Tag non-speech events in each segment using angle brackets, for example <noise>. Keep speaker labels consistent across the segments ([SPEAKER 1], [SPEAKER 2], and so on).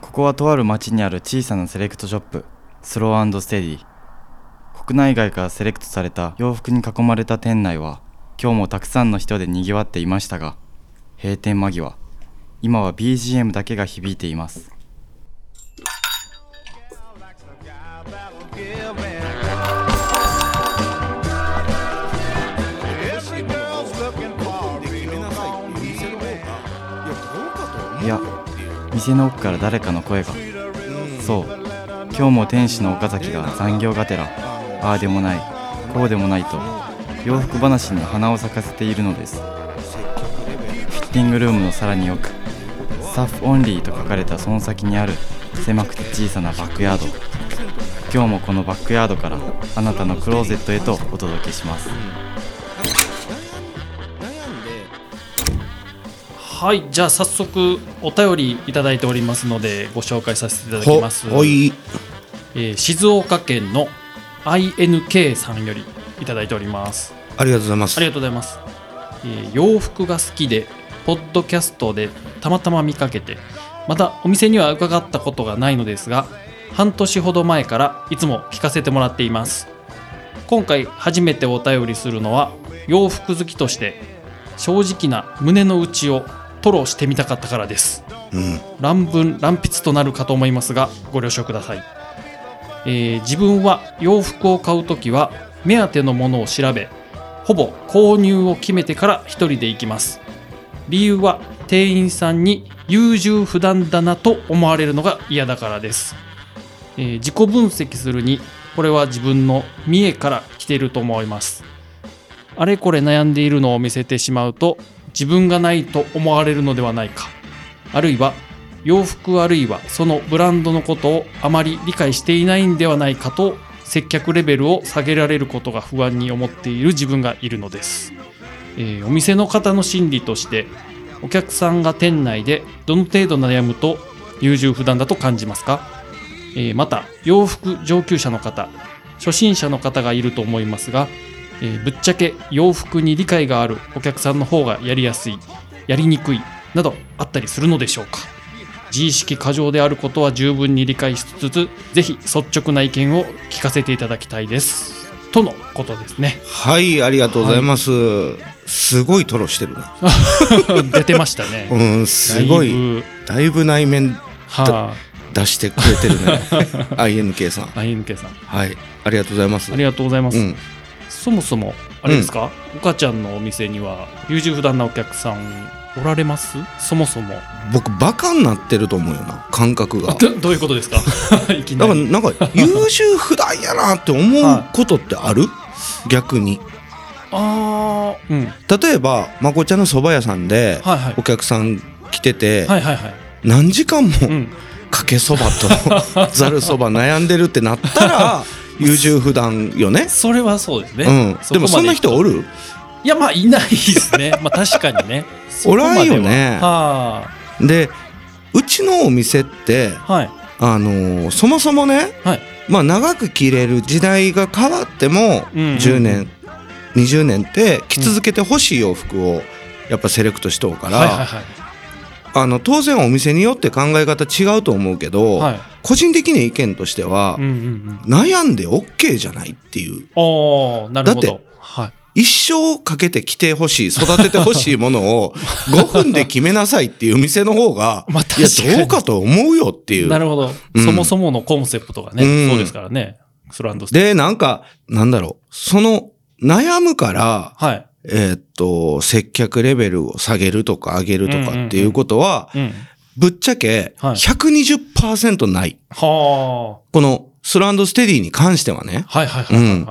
[SPEAKER 1] こはとある町にある小さなセレクトショップスローステディ国内外からセレクトされた洋服に囲まれた店内は今日もたくさんの人でにぎわっていましたが閉店間際今は BGM だけが響いていますいや店の奥から誰かの声がそう今日も天使の岡崎が残業がてらああでもないこうでもないと洋服話に花を咲かせているのですフィッティングルームのさらに奥スタッフオンリーと書かれたその先にある狭くて小さなバックヤード今日もこのバックヤードからあなたのクローゼットへとお届けします
[SPEAKER 2] はいじゃあ早速お便りいただいておりますのでご紹介させていただきます
[SPEAKER 3] ほい
[SPEAKER 2] えー静岡県の INK さんよりいただいております
[SPEAKER 3] ありがとうございます
[SPEAKER 2] ありがとうございます、えー洋服が好きでポッドキャストでたまたま見かけてまたお店には伺ったことがないのですが半年ほど前からいつも聞かせてもらっています今回初めてお便りするのは洋服好きとして正直な胸の内を吐露してみたかったからです
[SPEAKER 3] うん
[SPEAKER 2] 乱文乱筆となるかと思いますがご了承ください、えー自分は洋服を買うときは目当てのものを調べほぼ購入を決めてから一人で行きます理由は店員さんに優柔不断だなと思われるのが嫌だからです、えー自己分析するにこれは自分の見栄から来ていると思いますあれこれ悩んでいるのを見せてしまうと自分がないと思われるのではないかあるいは洋服あるいはそのブランドのことをあまり理解していないんではないかと接客レベルを下げられることが不安に思っている自分がいるのです、えーお店の方の心理としてお客さんが店内でどの程度悩むと優柔不断だと感じますか、えーまた洋服上級者の方初心者の方がいると思いますが、えーぶっちゃけ洋服に理解があるお客さんの方がやりやすいやりにくいなどあったりするのでしょうか自意識過剰であることは十分に理解しつつぜひ率直な意見を聞かせていただきたいですとのことですね <laughs>
[SPEAKER 3] はいありがとうございます、すごいトロしてるな
[SPEAKER 2] 出てましたね
[SPEAKER 3] うんすご
[SPEAKER 2] だ
[SPEAKER 3] い
[SPEAKER 2] ぶ
[SPEAKER 3] だいぶ内面
[SPEAKER 2] は
[SPEAKER 3] 出してくれてるね
[SPEAKER 2] <laughs>
[SPEAKER 3] INK さん
[SPEAKER 2] あ INK さん
[SPEAKER 3] はいありがとうございます
[SPEAKER 2] ありがとうございます、
[SPEAKER 3] うん
[SPEAKER 2] そもそもあれですか、岡ちゃんのお店には優柔不断なお客さんおられますそもそも
[SPEAKER 3] 僕バカになってると思うよな感覚が
[SPEAKER 2] どどういうことですか <laughs> いき
[SPEAKER 3] だ
[SPEAKER 2] な
[SPEAKER 3] から
[SPEAKER 2] り
[SPEAKER 3] なんか優柔不断やなって思うことってある、逆に
[SPEAKER 2] ああうんはい
[SPEAKER 3] 例えばまこちゃんの蕎麦屋さんで
[SPEAKER 2] はいは
[SPEAKER 3] お客さん来てて、
[SPEAKER 2] いはいはい
[SPEAKER 3] 何時間も
[SPEAKER 2] うん
[SPEAKER 3] かけそば
[SPEAKER 2] <laughs>
[SPEAKER 3] とざるそば悩んでるってなったら優柔不断よね、
[SPEAKER 2] それはそうですね、
[SPEAKER 3] うん、でも
[SPEAKER 2] こま
[SPEAKER 3] そんな
[SPEAKER 2] 行くと
[SPEAKER 3] 人おる
[SPEAKER 2] いやまあいないですね <laughs> まあ確かにね
[SPEAKER 3] おらんよね
[SPEAKER 2] そこまではは
[SPEAKER 3] でうちのお店って
[SPEAKER 2] あはい
[SPEAKER 3] あのーそもそもね、
[SPEAKER 2] はい
[SPEAKER 3] まあ、長く着れる時代が変わっても
[SPEAKER 2] うんうんうん
[SPEAKER 3] 10年、20年って着続けてほしい洋服をやっぱセレクトしとうから、
[SPEAKER 2] はいはいはい
[SPEAKER 3] あの当然お店によって考え方違うと思うけど、
[SPEAKER 2] はい
[SPEAKER 3] 個人的な意見としては
[SPEAKER 2] うん、うんうん
[SPEAKER 3] 悩んで OK じゃないっていう
[SPEAKER 2] おーなるほ
[SPEAKER 3] だっ
[SPEAKER 2] どはい
[SPEAKER 3] 一生かけて着てほしい育ててほしいもの
[SPEAKER 2] <laughs>
[SPEAKER 3] を5分で決めなさいっていう店の方が、
[SPEAKER 2] まあ
[SPEAKER 3] い
[SPEAKER 2] 確かに
[SPEAKER 3] やどうかと思うよっていう
[SPEAKER 2] なるほど、
[SPEAKER 3] うん
[SPEAKER 2] そもそものコンセプトがね、
[SPEAKER 3] うん
[SPEAKER 2] そうですからねスランドステ
[SPEAKER 3] で、なんか、なんだろう、その、悩むから、
[SPEAKER 2] はい
[SPEAKER 3] えーっと、接客レベルを下げるとか上げると
[SPEAKER 2] うんうんう
[SPEAKER 3] か
[SPEAKER 2] ん
[SPEAKER 3] っていうことは、
[SPEAKER 2] うん
[SPEAKER 3] ぶっちゃけ
[SPEAKER 2] はい
[SPEAKER 3] 120%ない。
[SPEAKER 2] は
[SPEAKER 3] このスランドステディに関してはね
[SPEAKER 2] あ、はいはいはいはいはい、
[SPEAKER 3] うん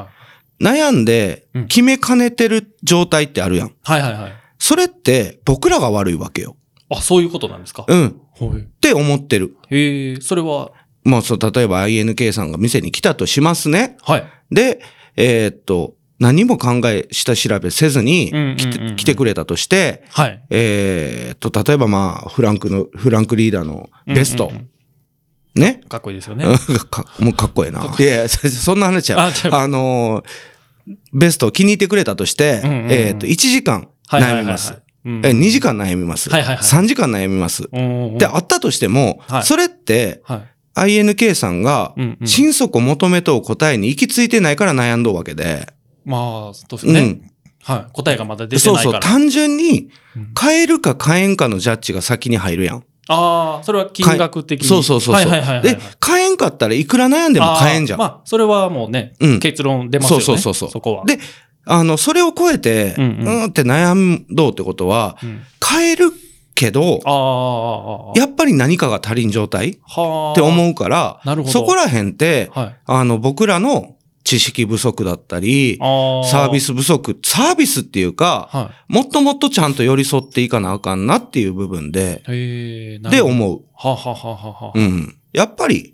[SPEAKER 3] 悩んで
[SPEAKER 2] うん
[SPEAKER 3] 決めかねてる状態ってあるやん。
[SPEAKER 2] はいはいはい
[SPEAKER 3] それって僕らが悪いわけよ。
[SPEAKER 2] あそういうことなんですか、
[SPEAKER 3] うん。っ
[SPEAKER 2] はい
[SPEAKER 3] て思ってる。
[SPEAKER 2] へえそれは
[SPEAKER 3] まあ、そう、例えば INK さんが店に来たとしますね。
[SPEAKER 2] はい
[SPEAKER 3] で、えーっと、何も考え、下調べせずに
[SPEAKER 2] うんうんうんうん
[SPEAKER 3] 来て,、来てくれたとして、
[SPEAKER 2] はい
[SPEAKER 3] えーっと、例えばまあ、フランクの、フランクリーダーのベスト。
[SPEAKER 2] うんうんうん
[SPEAKER 3] ね。
[SPEAKER 2] かっこいいですよね
[SPEAKER 3] <laughs> かもうかっこええな。いやいや、そそんな話や。
[SPEAKER 2] あ違う
[SPEAKER 3] あのーベストを気に入ってくれたとして、
[SPEAKER 2] うんうんうん
[SPEAKER 3] えーっと、1時間
[SPEAKER 2] はいはいは
[SPEAKER 3] 悩
[SPEAKER 2] い
[SPEAKER 3] み
[SPEAKER 2] は
[SPEAKER 3] ま
[SPEAKER 2] い
[SPEAKER 3] す。
[SPEAKER 2] うん
[SPEAKER 3] え2時間悩みます、
[SPEAKER 2] はいはいはい
[SPEAKER 3] 3時間悩みます。
[SPEAKER 2] うん
[SPEAKER 3] で、あったとしても、
[SPEAKER 2] はい
[SPEAKER 3] それって、
[SPEAKER 2] はい。
[SPEAKER 3] INK さんが
[SPEAKER 2] うん、うん
[SPEAKER 3] 心底求めとう答えに行き着いてないから悩んどうわけで、
[SPEAKER 2] まあ、そうですね。
[SPEAKER 3] うん
[SPEAKER 2] はい。答えがまだ出て
[SPEAKER 3] そう
[SPEAKER 2] ない
[SPEAKER 3] そ
[SPEAKER 2] か
[SPEAKER 3] う、
[SPEAKER 2] ら。
[SPEAKER 3] 単純に
[SPEAKER 2] うん、
[SPEAKER 3] 買えるか買えんかのジャッジが先に入るやん。
[SPEAKER 2] ああ、それは金額的に。
[SPEAKER 3] そうそうそう
[SPEAKER 2] はい
[SPEAKER 3] そう、
[SPEAKER 2] はいはいはい。
[SPEAKER 3] で、買えんかったらいくら悩んでも買えんじゃん。
[SPEAKER 2] あーまあ、それはもうね、
[SPEAKER 3] うん
[SPEAKER 2] 結論出ますよね。
[SPEAKER 3] そうそうそうそう
[SPEAKER 2] そこは。
[SPEAKER 3] で、あの、それを超えて、
[SPEAKER 2] う
[SPEAKER 3] うんん、
[SPEAKER 2] うん
[SPEAKER 3] ーんって悩んどうってことは、
[SPEAKER 2] うん
[SPEAKER 3] 買えるけど、
[SPEAKER 2] あーあー、あーあー、
[SPEAKER 3] やっぱり何かが足りん状態
[SPEAKER 2] はあ。
[SPEAKER 3] って思うから
[SPEAKER 2] なるほど、
[SPEAKER 3] そこら辺って、
[SPEAKER 2] はい。
[SPEAKER 3] あの、僕らの知識不足だったり、
[SPEAKER 2] ああ。
[SPEAKER 3] サービ。ス不足、サービスっていうか、
[SPEAKER 2] は
[SPEAKER 3] もっともっとちゃんと寄り添っていかなあかんなっていう部分で、
[SPEAKER 2] い。へえ、なる
[SPEAKER 3] で
[SPEAKER 2] ほど。
[SPEAKER 3] 思う。
[SPEAKER 2] はあはあはあはあはあ。
[SPEAKER 3] うん。やっぱり、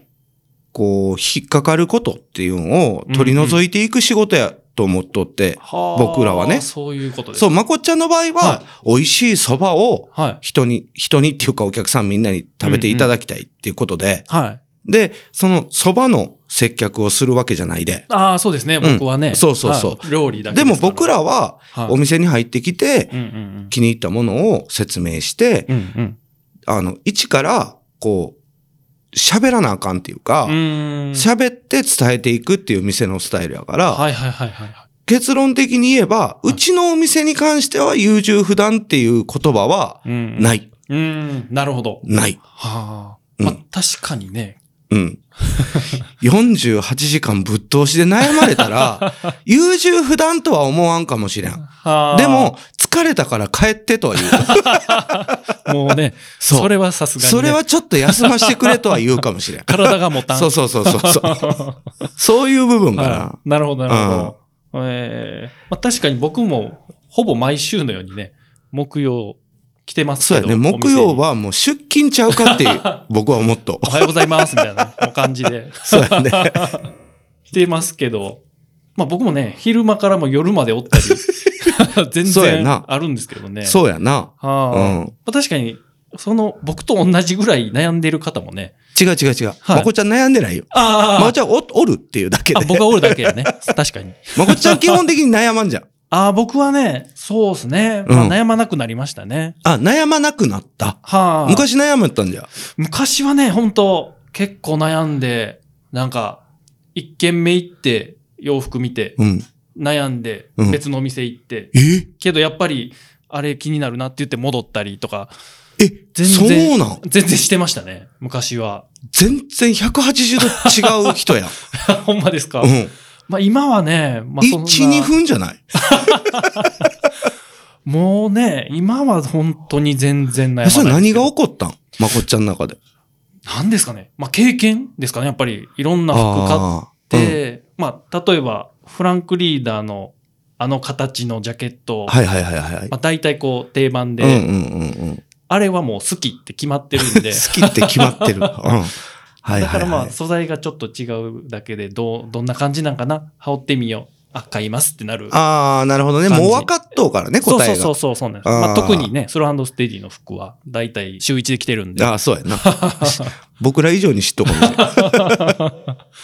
[SPEAKER 3] こう、引っかかることっていうのを取り除いていく仕事やと思っとって、
[SPEAKER 2] はあ
[SPEAKER 3] 僕らはね
[SPEAKER 2] そういうことです。
[SPEAKER 3] そう、まこっちゃんの場合は、
[SPEAKER 2] は
[SPEAKER 3] 美味しい蕎麦を
[SPEAKER 2] はい。
[SPEAKER 3] 人に、人にっていうかお客さんみんなに食べていただきたいっていうことで、
[SPEAKER 2] はい。
[SPEAKER 3] で、その蕎麦の接客をするわけじゃないで。
[SPEAKER 2] ああ、そうですね。
[SPEAKER 3] ん
[SPEAKER 2] 僕はね。
[SPEAKER 3] そうそうそう
[SPEAKER 2] はい料理だけ
[SPEAKER 3] でも僕
[SPEAKER 2] ら、
[SPEAKER 3] らは、
[SPEAKER 2] はい
[SPEAKER 3] お店に入ってきて
[SPEAKER 2] う、んうん
[SPEAKER 3] 気に入ったものを説明して、
[SPEAKER 2] うん。うんうん。
[SPEAKER 3] あの、一から、こう、喋らなあかんっていうか
[SPEAKER 2] う、ーん。
[SPEAKER 3] 喋って伝えていくっていう店のスタイルやから、
[SPEAKER 2] はいはいはいはいはい。
[SPEAKER 3] 結論的に言えば、うちのお店に関しては優柔不断っていう言葉は、
[SPEAKER 2] うんうん。
[SPEAKER 3] ない、
[SPEAKER 2] うーん、なるほど。
[SPEAKER 3] ない。
[SPEAKER 2] はあ。
[SPEAKER 3] うん
[SPEAKER 2] まあ、確かにね。
[SPEAKER 3] うん。48時間ぶっ通しで悩まれた
[SPEAKER 2] <laughs>
[SPEAKER 3] ら、優柔不断とは思わんかもしれん。
[SPEAKER 2] はあ。
[SPEAKER 3] でも、、疲れたから帰ってとは
[SPEAKER 2] <laughs>
[SPEAKER 3] 言う。
[SPEAKER 2] もうね、
[SPEAKER 3] <laughs> そう
[SPEAKER 2] それはさすがに、ね。。
[SPEAKER 3] それはちょっと休ましてくれとは言うかもしれん
[SPEAKER 2] <laughs> 体が持たん。
[SPEAKER 3] そうそうそうそう
[SPEAKER 2] <laughs>
[SPEAKER 3] そう。そういう部分か
[SPEAKER 2] は。
[SPEAKER 3] ない
[SPEAKER 2] なるほど、なるほど。ええまあ、確かに僕も、ほぼ毎週のようにね、木曜来てます
[SPEAKER 3] そう
[SPEAKER 2] け
[SPEAKER 3] や
[SPEAKER 2] ど。
[SPEAKER 3] ね。
[SPEAKER 2] お店
[SPEAKER 3] 木
[SPEAKER 2] に
[SPEAKER 3] 曜。はもう出勤ちゃうかって
[SPEAKER 2] <laughs>
[SPEAKER 3] いう、僕は思っと
[SPEAKER 2] お。はようございます、みたいなお感じで
[SPEAKER 3] そうやね。
[SPEAKER 2] 来てますけど、まあ僕もね、昼間からも夜までおっ
[SPEAKER 3] <laughs>
[SPEAKER 2] たり、全
[SPEAKER 3] そうや
[SPEAKER 2] 然
[SPEAKER 3] な
[SPEAKER 2] あるんですけどね。
[SPEAKER 3] そうやな。
[SPEAKER 2] は
[SPEAKER 3] う
[SPEAKER 2] あま
[SPEAKER 3] ん。
[SPEAKER 2] あ確かに、その、僕と同じぐらい悩んでる方もね。
[SPEAKER 3] 違う違う違う。
[SPEAKER 2] はい
[SPEAKER 3] まこちゃん悩んでないよ。
[SPEAKER 2] あ
[SPEAKER 3] まこちゃんおおるっていうだけ
[SPEAKER 2] あ、
[SPEAKER 3] で。
[SPEAKER 2] 僕はおるだけやね。確かに。
[SPEAKER 3] まこちゃん基本的に悩まんじゃん。
[SPEAKER 2] ああ、僕はね、そうですね。まあ
[SPEAKER 3] うん
[SPEAKER 2] 悩まなくなりましたね。
[SPEAKER 3] あ、悩まなくなった。
[SPEAKER 2] はあ。
[SPEAKER 3] 昔悩むったんじゃ。
[SPEAKER 2] 昔はね、本当結構悩んで、なんか、一軒目行って、洋服見て、
[SPEAKER 3] うん。
[SPEAKER 2] 悩んで、
[SPEAKER 3] うん
[SPEAKER 2] 別のお店行って、
[SPEAKER 3] え
[SPEAKER 2] けどやっぱり、あれ気になるなって言って戻ったりとか、
[SPEAKER 3] え
[SPEAKER 2] 全然
[SPEAKER 3] そうなん
[SPEAKER 2] 全然してましたね、昔は。 <laughs>
[SPEAKER 3] 全然180度違う人や。
[SPEAKER 2] ほんまですか、
[SPEAKER 3] うん。
[SPEAKER 2] まあ今はね、まあそん
[SPEAKER 3] 1、
[SPEAKER 2] な
[SPEAKER 3] 2分じゃない
[SPEAKER 2] もうね、今は本当に全然悩まない
[SPEAKER 3] えそれ
[SPEAKER 2] です
[SPEAKER 3] 何
[SPEAKER 2] け
[SPEAKER 3] が
[SPEAKER 2] ど
[SPEAKER 3] 起こったんまこっちゃんの中で。
[SPEAKER 2] 何ですかねまあ経験ですかねやっぱり、いろんな服買っ
[SPEAKER 3] あーうん
[SPEAKER 2] で、まあ、例えば、フランクリーダーのあの形のジャケット、
[SPEAKER 3] はいはいはいはい。
[SPEAKER 2] まあ、大体こう定番で、
[SPEAKER 3] うんうんうんうん。
[SPEAKER 2] あれはもう好きって決まってる
[SPEAKER 3] <laughs>
[SPEAKER 2] んで、
[SPEAKER 3] 好きって決ま
[SPEAKER 2] <laughs>
[SPEAKER 3] ってる。うん。はいはい、はい。
[SPEAKER 2] だからまあ、素材がちょっと違うだけで、どう、どんな感じなんかな羽織ってみよう。あ、買いますってなる。
[SPEAKER 3] ああ、なるほどね。
[SPEAKER 2] 感じ
[SPEAKER 3] もう分かっとうからね、答
[SPEAKER 2] そう
[SPEAKER 3] え
[SPEAKER 2] そ
[SPEAKER 3] が。
[SPEAKER 2] うそうそう、そうなんです。まあ、
[SPEAKER 3] あー
[SPEAKER 2] 特にね、スローステディの服は、大体週一で着てるんで。
[SPEAKER 3] ああ、そうやな。 <laughs> 僕ら以上に知っとこ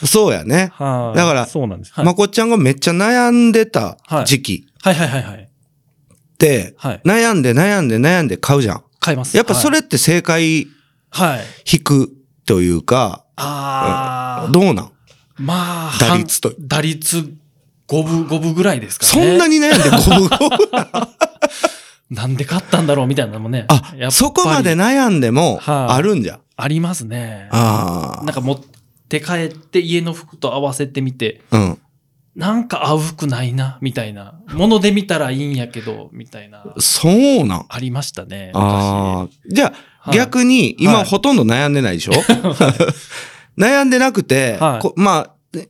[SPEAKER 3] う
[SPEAKER 2] <laughs>
[SPEAKER 3] そうやね。
[SPEAKER 2] はい
[SPEAKER 3] だから
[SPEAKER 2] そうなんです。はい、
[SPEAKER 3] まこっちゃんがめっちゃ悩んでた時期
[SPEAKER 2] はいはいはいはい。
[SPEAKER 3] って、
[SPEAKER 2] はい。
[SPEAKER 3] 悩んで悩んで悩んで買うじゃん。
[SPEAKER 2] 買います。
[SPEAKER 3] やっぱそれって正解
[SPEAKER 2] はい。はい。
[SPEAKER 3] 引くというか、
[SPEAKER 2] ああ。
[SPEAKER 3] どうなん
[SPEAKER 2] まあ、
[SPEAKER 3] 打率と
[SPEAKER 2] 半打率五分、五分ぐらいですかね。
[SPEAKER 3] そんな
[SPEAKER 2] に
[SPEAKER 3] に悩んで五分
[SPEAKER 2] <laughs>
[SPEAKER 3] 五分
[SPEAKER 2] なんで勝ったんだろうみたいなのもね。
[SPEAKER 3] あ
[SPEAKER 2] やっぱ、り
[SPEAKER 3] そこまで悩んでも
[SPEAKER 2] はい
[SPEAKER 3] あるんじゃん。
[SPEAKER 2] ありますね。
[SPEAKER 3] あ
[SPEAKER 2] なんか持って帰って家の服と合わせてみて、
[SPEAKER 3] あ。うん。
[SPEAKER 2] なんか合う服ないな、みたいな。もので見たらいいんやけど、みたいな。
[SPEAKER 3] そうなん。
[SPEAKER 2] ありましたね。
[SPEAKER 3] ああ。じゃあ、
[SPEAKER 2] はい
[SPEAKER 3] 逆に、今
[SPEAKER 2] はい
[SPEAKER 3] ほとんど悩んでない
[SPEAKER 2] <laughs>
[SPEAKER 3] でしょ悩んでなくて
[SPEAKER 2] はい、
[SPEAKER 3] こまあ、ね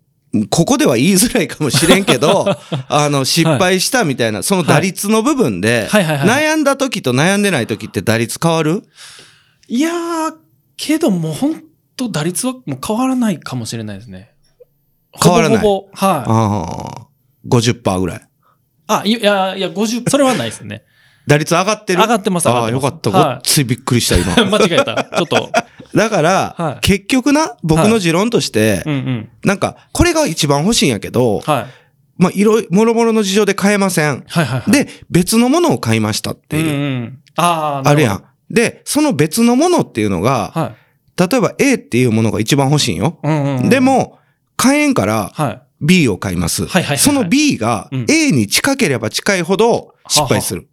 [SPEAKER 3] ここでは言いづらいかもしれんけど、
[SPEAKER 2] <laughs>
[SPEAKER 3] あの、失敗したみたいな、その打率の部分で、
[SPEAKER 2] はいはいはいはい
[SPEAKER 3] 悩んだ時と悩んでない時って打率変わる
[SPEAKER 2] 昔いやー、けどもう本当打率はもう変わらないかもしれないですね。
[SPEAKER 3] 変わらない
[SPEAKER 2] ほぼほぼはい。
[SPEAKER 3] ああ。50%ぐらい。
[SPEAKER 2] あ、いや、いや、50、それはないですね。 <laughs>
[SPEAKER 3] 打率上がってる
[SPEAKER 2] 上がってます上
[SPEAKER 3] ああ、
[SPEAKER 2] がって
[SPEAKER 3] よ
[SPEAKER 2] ます
[SPEAKER 3] かった。ご
[SPEAKER 2] はい
[SPEAKER 3] っついびっくりした、今。
[SPEAKER 2] <laughs> 間違えた。ちょっと。
[SPEAKER 3] だから、
[SPEAKER 2] はい
[SPEAKER 3] 結局な、僕の持論として、
[SPEAKER 2] うんうん。
[SPEAKER 3] なんか、これが一番欲しいんやけど、
[SPEAKER 2] はい。
[SPEAKER 3] まあ、いろい、もろもろの事情で買えません。
[SPEAKER 2] はいはいはい。
[SPEAKER 3] で、別のものを買いましたって
[SPEAKER 2] うん
[SPEAKER 3] いう。
[SPEAKER 2] うんああ、
[SPEAKER 3] あるや
[SPEAKER 2] ん。
[SPEAKER 3] ん。で、その別のものっていうのが、
[SPEAKER 2] はい。
[SPEAKER 3] 例えば A っていうものが一番欲しいんよ。
[SPEAKER 2] うんうんうん
[SPEAKER 3] で、も、買えんから
[SPEAKER 2] はい。
[SPEAKER 3] B を買います。
[SPEAKER 2] はいはいはいはい
[SPEAKER 3] その B が
[SPEAKER 2] うん
[SPEAKER 3] A に近ければ近いほど失敗する。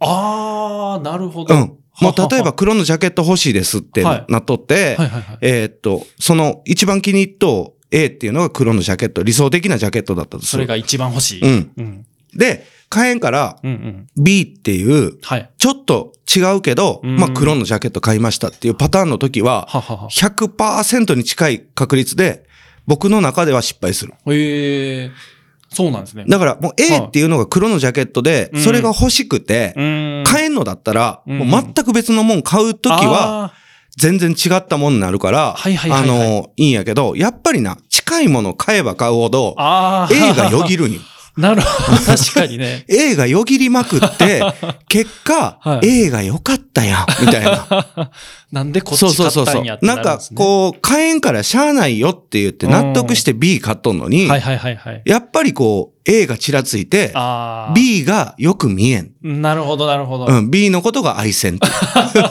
[SPEAKER 2] ああ、なるほ
[SPEAKER 3] う
[SPEAKER 2] ど。
[SPEAKER 3] ん
[SPEAKER 2] は。
[SPEAKER 3] もう例えば、黒のジャケット欲しいですって
[SPEAKER 2] はい
[SPEAKER 3] なっとって、
[SPEAKER 2] はいはいはい。
[SPEAKER 3] えーっと、その一番気に入っとう A っていうのが黒のジャケット、理想的なジャケットだったとす
[SPEAKER 2] そ
[SPEAKER 3] る。
[SPEAKER 2] れが一番欲しい。。
[SPEAKER 3] うんん。
[SPEAKER 2] うん。
[SPEAKER 3] で、買えんから
[SPEAKER 2] うんうん。
[SPEAKER 3] B っていう、
[SPEAKER 2] はい。
[SPEAKER 3] ちょっと違うけど、
[SPEAKER 2] うん
[SPEAKER 3] まあ黒のジャケット買いましたっていうパターンの時は、
[SPEAKER 2] ははは。
[SPEAKER 3] 100%に近い確率で、僕の中では失敗する。
[SPEAKER 2] ええそうなんですね。
[SPEAKER 3] だからもう
[SPEAKER 2] は
[SPEAKER 3] A
[SPEAKER 2] い
[SPEAKER 3] っていうのが黒のジャケットで
[SPEAKER 2] う、ん
[SPEAKER 3] それが欲しくて、
[SPEAKER 2] うん。
[SPEAKER 3] 買えんのだったら、
[SPEAKER 2] うん
[SPEAKER 3] もう全く別のもん買う時は、
[SPEAKER 2] あ
[SPEAKER 3] 全然違ったもんになるから、
[SPEAKER 2] はいはいはいはい
[SPEAKER 3] あの、いいんやけど、やっぱりな、近いもの買えば買うほど
[SPEAKER 2] ー、あー。
[SPEAKER 3] A がよぎるに。
[SPEAKER 2] <laughs> なるほど。確かにね。
[SPEAKER 3] A がよぎりまく
[SPEAKER 2] <laughs>
[SPEAKER 3] って、結果、
[SPEAKER 2] はい
[SPEAKER 3] A が良かったやん、みたいな。
[SPEAKER 2] なんでこっ
[SPEAKER 3] そう
[SPEAKER 2] ち
[SPEAKER 3] そう
[SPEAKER 2] 買
[SPEAKER 3] そ
[SPEAKER 2] っ
[SPEAKER 3] う
[SPEAKER 2] た
[SPEAKER 3] そ
[SPEAKER 2] んやっ
[SPEAKER 3] う。
[SPEAKER 2] てな
[SPEAKER 3] な
[SPEAKER 2] る
[SPEAKER 3] ん
[SPEAKER 2] んで
[SPEAKER 3] か
[SPEAKER 2] す、ね。
[SPEAKER 3] こう、買えんからしゃあないよって言って納得して B 買っとんのに、
[SPEAKER 2] はいはいはいはい。
[SPEAKER 3] やっぱりこう、A がちらついて、
[SPEAKER 2] ああ。。
[SPEAKER 3] B がよく見えん。
[SPEAKER 2] なるほどなるほど。
[SPEAKER 3] うん、B のことが愛せん
[SPEAKER 2] <laughs>
[SPEAKER 3] って。
[SPEAKER 2] や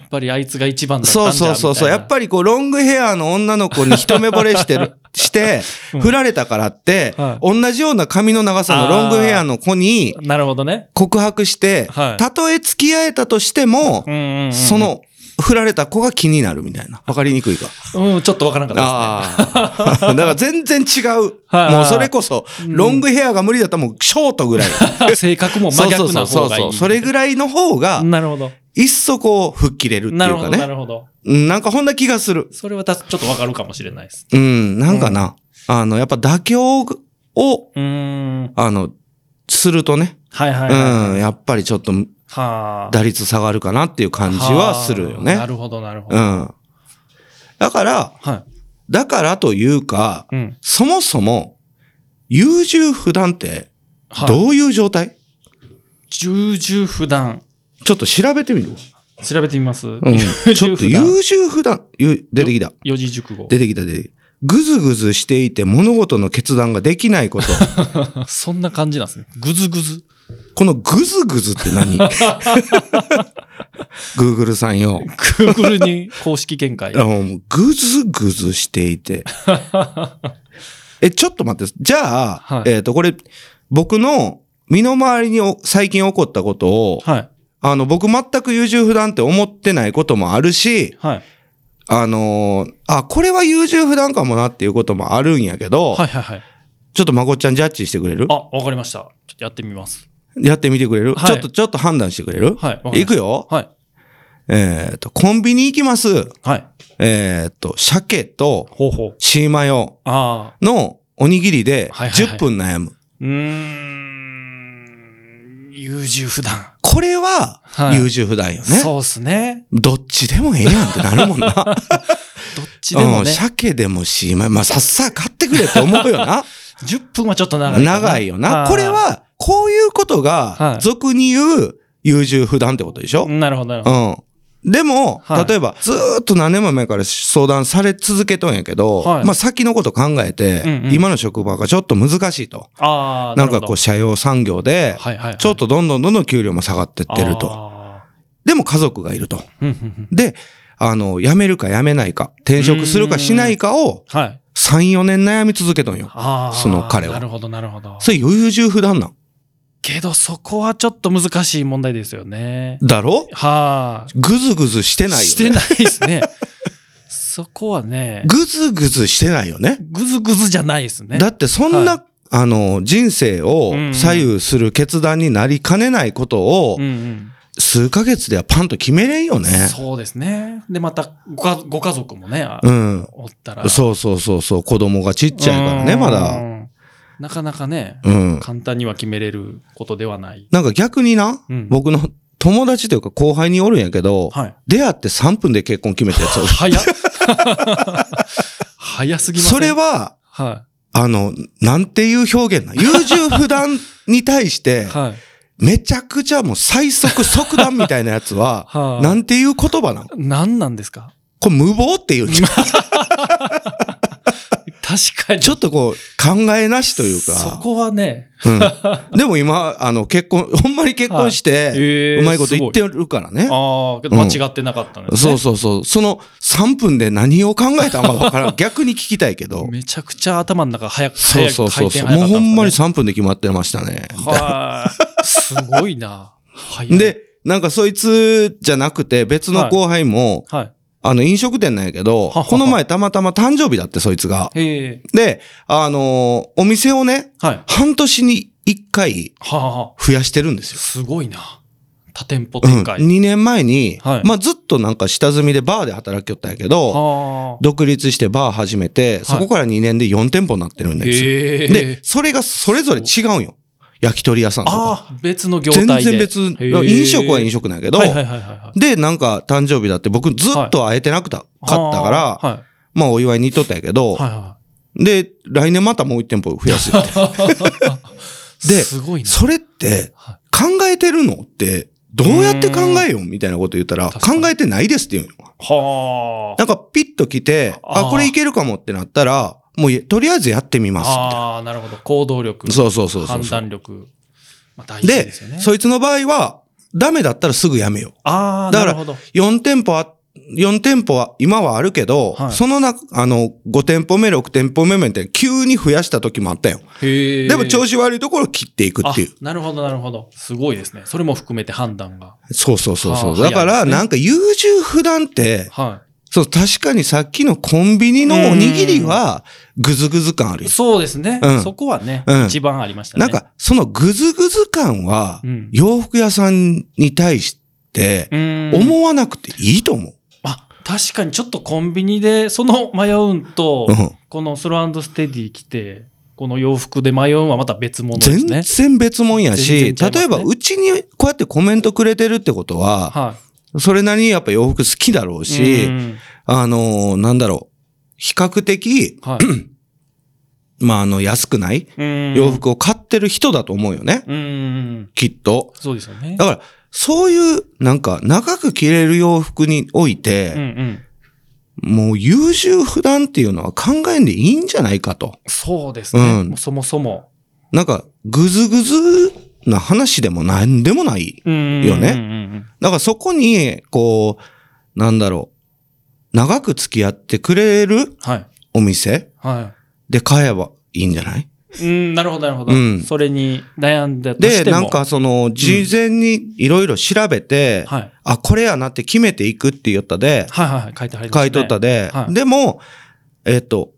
[SPEAKER 2] っぱりあいつが一番だったんじゃ
[SPEAKER 3] そうそうそうそう。やっ
[SPEAKER 2] り。
[SPEAKER 3] ぱりこう、ロングヘアの女の子に一目惚れして
[SPEAKER 2] <laughs>
[SPEAKER 3] る、して、
[SPEAKER 2] うん
[SPEAKER 3] 振られたからって、
[SPEAKER 2] は
[SPEAKER 3] 同じような髪の長さのロングヘアの子に
[SPEAKER 2] なるほどね。
[SPEAKER 3] 告白して、
[SPEAKER 2] はい
[SPEAKER 3] たとえ付き合えたとしても
[SPEAKER 2] う、んうん、うん。
[SPEAKER 3] そ。の、振られた子が気になるみたいな。わかりにくいか。
[SPEAKER 2] うん、ちょっとわからんかった
[SPEAKER 3] ああ。 <laughs> だから全然違う。
[SPEAKER 2] はい
[SPEAKER 3] もうそれこそ、ロングヘアが無理だったらもうショートぐらい。
[SPEAKER 2] ですね。 <laughs> 性格も真逆な
[SPEAKER 3] そ
[SPEAKER 2] 方
[SPEAKER 3] うそう
[SPEAKER 2] が
[SPEAKER 3] そ。
[SPEAKER 2] いうい。
[SPEAKER 3] それぐらいの方が、
[SPEAKER 2] なるほど。
[SPEAKER 3] いっそこう、吹っ切れるっていう
[SPEAKER 2] なるほ
[SPEAKER 3] か
[SPEAKER 2] ど、な
[SPEAKER 3] ね。
[SPEAKER 2] るほど。
[SPEAKER 3] うんなんかほんな気がする。
[SPEAKER 2] それはたちょっとわかるかもしれないです。
[SPEAKER 3] うん、なんかな。あの、やっぱ妥協を、
[SPEAKER 2] うーん。
[SPEAKER 3] あの、するとね。
[SPEAKER 2] はいはいはい。
[SPEAKER 3] うん、やっぱりちょっと
[SPEAKER 2] はあ。
[SPEAKER 3] 打率下がるかなっていう感じはするよ
[SPEAKER 2] はあ
[SPEAKER 3] ね
[SPEAKER 2] な。るほど、なるほ
[SPEAKER 3] う
[SPEAKER 2] ど。
[SPEAKER 3] ん。だから、
[SPEAKER 2] は
[SPEAKER 3] だからというか、
[SPEAKER 2] い。うん。
[SPEAKER 3] そもそも、優柔不断って、
[SPEAKER 2] はい。
[SPEAKER 3] どういう状態、
[SPEAKER 2] 重々不断。
[SPEAKER 3] ちょっと調べてみる。
[SPEAKER 2] 調べてみます。 <laughs>
[SPEAKER 3] うん、
[SPEAKER 2] 優
[SPEAKER 3] ちょ
[SPEAKER 2] 柔
[SPEAKER 3] っと
[SPEAKER 2] 不断。
[SPEAKER 3] 優柔不断。ゆ出てきた。
[SPEAKER 2] 四字熟語。
[SPEAKER 3] 出てきた、出てきた。ぐずぐずしていて物事の決断ができないこと。
[SPEAKER 2] そんな感じなんですね。 <laughs> ぐずぐず。
[SPEAKER 3] このぐずぐずって
[SPEAKER 2] <laughs>
[SPEAKER 3] 何 ?Google さんよ。
[SPEAKER 2] Google に公式見解。
[SPEAKER 3] <laughs> あ
[SPEAKER 2] は
[SPEAKER 3] もうぐずぐずしてい
[SPEAKER 2] <laughs>
[SPEAKER 3] て。え、ちょっと待って。じゃあ、
[SPEAKER 2] はい
[SPEAKER 3] えっ、と、これ、僕の身の回りにお最近起こったことを、
[SPEAKER 2] い。
[SPEAKER 3] あの、僕全く優柔不断って思ってないこともあるし、
[SPEAKER 2] はい。
[SPEAKER 3] あのーあ、これは優柔不断かもなっていうこともあるんやけど、
[SPEAKER 2] はいはいはい。
[SPEAKER 3] ちょっとまこっちゃんジャッジしてくれる
[SPEAKER 2] あ、わかりました。ちょっとやってみます。
[SPEAKER 3] やってみてくれる、
[SPEAKER 2] はい
[SPEAKER 3] ちょっと、ちょっと判断してくれる
[SPEAKER 2] はいわかりました
[SPEAKER 3] いくよ。
[SPEAKER 2] はい。
[SPEAKER 3] えっ、と、コンビニ行きます。
[SPEAKER 2] はい。
[SPEAKER 3] えっ、と、鮭と
[SPEAKER 2] 方法。
[SPEAKER 3] シーマヨ
[SPEAKER 2] ああ。
[SPEAKER 3] のおにぎりで
[SPEAKER 2] はいはいはい
[SPEAKER 3] 10分悩む。
[SPEAKER 2] うーん。優柔不断。
[SPEAKER 3] これは
[SPEAKER 2] はい
[SPEAKER 3] 優柔不断よね。
[SPEAKER 2] そうっすね。
[SPEAKER 3] どっちでもええやんってなるもんな。
[SPEAKER 2] <laughs> どっちでも
[SPEAKER 3] うん
[SPEAKER 2] ね。
[SPEAKER 3] 鮭でもシーマヨ。まあ、さっさ買ってくれって思うよな。
[SPEAKER 2] 10分はちょっと長いかな。
[SPEAKER 3] 長いよ
[SPEAKER 2] は
[SPEAKER 3] な。
[SPEAKER 2] い
[SPEAKER 3] これは、こういうこと
[SPEAKER 2] は
[SPEAKER 3] が、
[SPEAKER 2] い
[SPEAKER 3] 俗に言う優柔不断ってことでしょ
[SPEAKER 2] なるほど、なるほど。
[SPEAKER 3] うん。でも
[SPEAKER 2] はい、
[SPEAKER 3] 例えば、ずーっと何年も前から相談され続けとんやけど、
[SPEAKER 2] はい
[SPEAKER 3] まあ先のこと考えて、
[SPEAKER 2] うんうん
[SPEAKER 3] 今の職場がちょっと難しいと。
[SPEAKER 2] ああ、
[SPEAKER 3] なんかこう、
[SPEAKER 2] し
[SPEAKER 3] 社用産業で、
[SPEAKER 2] はいはいはい、
[SPEAKER 3] ちょっとどんどんどんどん給料も下がってってると。
[SPEAKER 2] あ
[SPEAKER 3] でも家族がいると。
[SPEAKER 2] ー。うんうんうん
[SPEAKER 3] で、あの、辞めるか辞めないか、転職するかしないかを
[SPEAKER 2] はい。
[SPEAKER 3] 3、4年悩み続けとんよ。
[SPEAKER 2] ああ。
[SPEAKER 3] その彼は
[SPEAKER 2] なるほど、なるほど。
[SPEAKER 3] それ優柔不断なん。
[SPEAKER 2] けど、そこはちょっと難しい問題ですよね。
[SPEAKER 3] だろ
[SPEAKER 2] はあ。
[SPEAKER 3] ぐずぐずしてないよね。
[SPEAKER 2] してないですね。そこはね、
[SPEAKER 3] ぐずぐずしてないよね。
[SPEAKER 2] ぐずぐずじゃないですね。
[SPEAKER 3] だってそんな、
[SPEAKER 2] は
[SPEAKER 3] あの、人生を左右する決断になりかねないことを
[SPEAKER 2] うん、うん
[SPEAKER 3] 数ヶ月ではパンと決めれんよね。
[SPEAKER 2] そうですね。で、またごか、ご家族もね、あ
[SPEAKER 3] うん。
[SPEAKER 2] おったら。う
[SPEAKER 3] そうそうそうそう。子供がちっちゃいからね、まだ。
[SPEAKER 2] ん。なかなかね、
[SPEAKER 3] うん。
[SPEAKER 2] 簡単には決めれることではない。
[SPEAKER 3] なんか逆にな、
[SPEAKER 2] うん
[SPEAKER 3] 僕の友達というか後輩におるんやけど、 <laughs>
[SPEAKER 2] はい。
[SPEAKER 3] 出会って3分で結婚決め
[SPEAKER 2] <laughs>
[SPEAKER 3] たやつおる
[SPEAKER 2] 早っ早すぎます
[SPEAKER 3] それ、は、
[SPEAKER 2] は
[SPEAKER 3] あの、なんていう表現なん優柔不断に対し
[SPEAKER 2] い。
[SPEAKER 3] て、
[SPEAKER 2] はい。
[SPEAKER 3] めちゃくちゃもう最速即断みたいなやつは、
[SPEAKER 2] <laughs> はい。
[SPEAKER 3] なんていう言葉なの
[SPEAKER 2] なんなんですか <laughs>
[SPEAKER 3] これ無謀っていうんじゃん
[SPEAKER 2] 確かに。
[SPEAKER 3] ちょっとこう、考えなしというか。
[SPEAKER 2] そこはね、
[SPEAKER 3] うん。でも今、あの、結婚、ほんまに結婚して、
[SPEAKER 2] えー
[SPEAKER 3] うまいこと言ってるからね。
[SPEAKER 2] ああ、けど間違ってなかったのよね。
[SPEAKER 3] そうそうそう。その3分で何を考えたかあんまわ
[SPEAKER 2] <laughs>
[SPEAKER 3] からん。逆に聞きたいけど。
[SPEAKER 2] めちゃくちゃ頭の中早く、
[SPEAKER 3] そう
[SPEAKER 2] 早
[SPEAKER 3] そう
[SPEAKER 2] く回
[SPEAKER 3] そう
[SPEAKER 2] 転
[SPEAKER 3] そう。
[SPEAKER 2] 早
[SPEAKER 3] も
[SPEAKER 2] か
[SPEAKER 3] う
[SPEAKER 2] った
[SPEAKER 3] ほ
[SPEAKER 2] ですね
[SPEAKER 3] んまに3分で決まってましたね。
[SPEAKER 2] はい。すごいな。はい。、
[SPEAKER 3] で、なんかそいつじゃなくて別の後輩も、
[SPEAKER 2] はい。
[SPEAKER 3] あの飲食店なんやけど、
[SPEAKER 2] ははは
[SPEAKER 3] この前たまたま誕生日だってそいつが。
[SPEAKER 2] ええ
[SPEAKER 3] で、あのーお店をね、
[SPEAKER 2] はい。は
[SPEAKER 3] 半年に1回
[SPEAKER 2] あはあ、
[SPEAKER 3] 増やしてるんですよ。
[SPEAKER 2] すごいな。多店舗
[SPEAKER 3] うん、
[SPEAKER 2] 展開。
[SPEAKER 3] 2年前に、
[SPEAKER 2] はい
[SPEAKER 3] まあずっとなんか下積みでバーで働きよったんやけど、
[SPEAKER 2] は
[SPEAKER 3] 独立してバー始めて、そこから2年で4店舗になってるん
[SPEAKER 2] あ。
[SPEAKER 3] ですよ。
[SPEAKER 2] ええ
[SPEAKER 3] で、それがそれぞれ違うんよ。焼き鳥屋さんとか。
[SPEAKER 2] ああ、別の業
[SPEAKER 3] 全
[SPEAKER 2] 態で。
[SPEAKER 3] 然別、
[SPEAKER 2] へえ
[SPEAKER 3] 飲食は飲食なんやけど、
[SPEAKER 2] はいはいはいはいはい。
[SPEAKER 3] で、なんか誕生日だって僕ずっと会えてなくた、かったから、
[SPEAKER 2] ああは
[SPEAKER 3] まあお祝いに行っとったんやけど、
[SPEAKER 2] い。はいは
[SPEAKER 3] で、来年またもう1店舗増やすって。
[SPEAKER 2] い。
[SPEAKER 3] です
[SPEAKER 2] ごいな。
[SPEAKER 3] それって
[SPEAKER 2] はい
[SPEAKER 3] 考えてるのって、どうやって考えようみたいなこと言ったら、
[SPEAKER 2] 確かに
[SPEAKER 3] 考えてないですって言うんよ。
[SPEAKER 2] はあ。
[SPEAKER 3] なんかピッと来て、
[SPEAKER 2] あ
[SPEAKER 3] あ
[SPEAKER 2] ー
[SPEAKER 3] これいけるかもってなったら、もうとりあえずやってみますみたい
[SPEAKER 2] ああ、なるほど。行動力。
[SPEAKER 3] な。そうそうそうそう
[SPEAKER 2] 判。断力。まあ、大事
[SPEAKER 3] で
[SPEAKER 2] ですよね。
[SPEAKER 3] そいつの場合は、ダメだったらすぐやめよ
[SPEAKER 2] ああ、
[SPEAKER 3] だか
[SPEAKER 2] なる
[SPEAKER 3] ら
[SPEAKER 2] ほど。
[SPEAKER 3] う。4店舗あ、4店舗は、今はあるけど、
[SPEAKER 2] はい
[SPEAKER 3] その中、あの、5店舗目、6店舗目みたいな、急に増やした時もあったよ。
[SPEAKER 2] へえ。
[SPEAKER 3] でも調子悪いところを切っていくっていう。
[SPEAKER 2] あなるほど、なるほど。すごいですね。それも含めて判断が。
[SPEAKER 3] そうそうそうそ
[SPEAKER 2] あ
[SPEAKER 3] う。
[SPEAKER 2] ー
[SPEAKER 3] だか
[SPEAKER 2] 早いです
[SPEAKER 3] ら、
[SPEAKER 2] ね
[SPEAKER 3] なんか優柔不断って、
[SPEAKER 2] は
[SPEAKER 3] そう、確かにさっきのコンビニのおにぎりは、ぐずぐず感ある
[SPEAKER 2] い。
[SPEAKER 3] よ。
[SPEAKER 2] そうですね。
[SPEAKER 3] うん
[SPEAKER 2] そこはね、
[SPEAKER 3] うん
[SPEAKER 2] 一番ありましたね。
[SPEAKER 3] なん、か、そのぐずぐず感は
[SPEAKER 2] うん、
[SPEAKER 3] 洋服屋さんに対して、
[SPEAKER 2] うん。
[SPEAKER 3] 思わなくていいと思う。
[SPEAKER 2] あ、確かにちょっとコンビニで、その迷うんと、
[SPEAKER 3] うん
[SPEAKER 2] このスローステディ来て、この洋服で迷うんはまた別物です
[SPEAKER 3] 全
[SPEAKER 2] ね。
[SPEAKER 3] 然別もんや
[SPEAKER 2] 全然
[SPEAKER 3] し、
[SPEAKER 2] ちゃいますね
[SPEAKER 3] 例えばうちにこうやってコメントくれてるってことは、
[SPEAKER 2] は
[SPEAKER 3] それなりにやっぱ洋服好きだろう
[SPEAKER 2] い。う
[SPEAKER 3] し、
[SPEAKER 2] ん
[SPEAKER 3] あのー、なんだろう、比較的、 <clears throat>
[SPEAKER 2] は
[SPEAKER 3] まあ、あの、安くない
[SPEAKER 2] いうん
[SPEAKER 3] 洋。服を買ってる人だと思うよね、
[SPEAKER 2] うん。
[SPEAKER 3] きっと。
[SPEAKER 2] そうですよね
[SPEAKER 3] だ。から、そういう、なんか、長く着れる洋服におい
[SPEAKER 2] うんう
[SPEAKER 3] て、
[SPEAKER 2] ん。
[SPEAKER 3] もう優柔不断っていうのは考えんでいいんじゃないかと。
[SPEAKER 2] そうですね。
[SPEAKER 3] うん
[SPEAKER 2] もうそもそも。
[SPEAKER 3] なんか、ぐずぐずな話でもなんでもない。
[SPEAKER 2] うん。
[SPEAKER 3] よね
[SPEAKER 2] うんうんうん
[SPEAKER 3] だからそこに、こう、なんだろう、長く付き合ってくれる
[SPEAKER 2] はい。
[SPEAKER 3] お店
[SPEAKER 2] は
[SPEAKER 3] で買えばいいんじゃない
[SPEAKER 2] い。うん、なるほど、なるほど。
[SPEAKER 3] うん
[SPEAKER 2] それに悩んだとし
[SPEAKER 3] で、
[SPEAKER 2] て
[SPEAKER 3] な
[SPEAKER 2] も。
[SPEAKER 3] ん、かその、事前にいろいろ調べて、
[SPEAKER 2] はい。
[SPEAKER 3] あ、これやなって決めていくって言ったで、
[SPEAKER 2] はいはいはい。書いてありますね。
[SPEAKER 3] 買い取ったで、
[SPEAKER 2] はい
[SPEAKER 3] でも、えっと、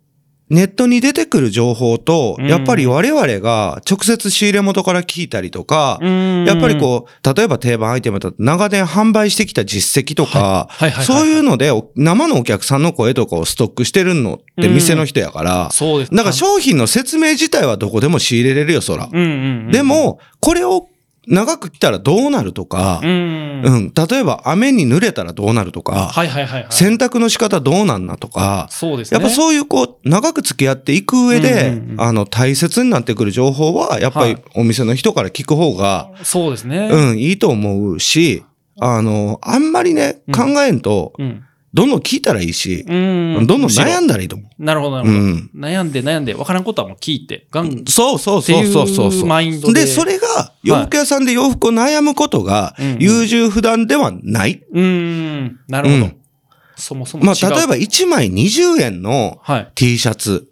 [SPEAKER 3] ネットに出てくる情報と、
[SPEAKER 2] うん
[SPEAKER 3] やっぱり我々が直接仕入れ元から聞いたりとか、
[SPEAKER 2] うん。
[SPEAKER 3] やっぱりこう、例えば定番アイテムだと長年販売してきた実績とか、
[SPEAKER 2] はいはいはいはい
[SPEAKER 3] そういうのでお生のお客さんの声とかをストックしてるのって
[SPEAKER 2] うん
[SPEAKER 3] 店の人やから、
[SPEAKER 2] そうです。
[SPEAKER 3] なんか商品の説明自体はどこでも仕入れれるよ、そら。
[SPEAKER 2] うんうんうん。
[SPEAKER 3] で、も、これを長く着たらどうなるとか
[SPEAKER 2] う、ん。
[SPEAKER 3] うん、例えば雨に濡れたらどうなるとか、
[SPEAKER 2] はいはいはいはい。
[SPEAKER 3] 洗濯の仕方どうなんなとか、
[SPEAKER 2] そうです
[SPEAKER 3] や
[SPEAKER 2] ね。
[SPEAKER 3] っぱそういうこう、長く付き合っていく上
[SPEAKER 2] う
[SPEAKER 3] で
[SPEAKER 2] んうんう、ん
[SPEAKER 3] あの、大切になってくる情報は、やっぱ
[SPEAKER 2] は
[SPEAKER 3] りお店の人から聞く方が、
[SPEAKER 2] そうですね。
[SPEAKER 3] うん、いいと思うし、あの、あんまりね
[SPEAKER 2] うん、
[SPEAKER 3] 考えんと、
[SPEAKER 2] うん。
[SPEAKER 3] どんどん聞いたらいいし、
[SPEAKER 2] うん。
[SPEAKER 3] どんどん悩んだらいいと思
[SPEAKER 2] なるほど、な
[SPEAKER 3] う。う
[SPEAKER 2] るほど。
[SPEAKER 3] ん。
[SPEAKER 2] 悩んで悩んで、分からんことはもう聞いて、ガン。
[SPEAKER 3] そうそうそうそうそう
[SPEAKER 2] ってい
[SPEAKER 3] そうう。
[SPEAKER 2] マインドで
[SPEAKER 3] それが、洋服屋さんで洋服を悩むことが
[SPEAKER 2] うんうん、
[SPEAKER 3] 優柔不断ではない。
[SPEAKER 2] うん。なるほ
[SPEAKER 3] う
[SPEAKER 2] ど
[SPEAKER 3] ん。
[SPEAKER 2] そもそも
[SPEAKER 3] ま
[SPEAKER 2] 違
[SPEAKER 3] あ、
[SPEAKER 2] う。
[SPEAKER 3] 例えば1枚20円の
[SPEAKER 2] はい。
[SPEAKER 3] T シャツ。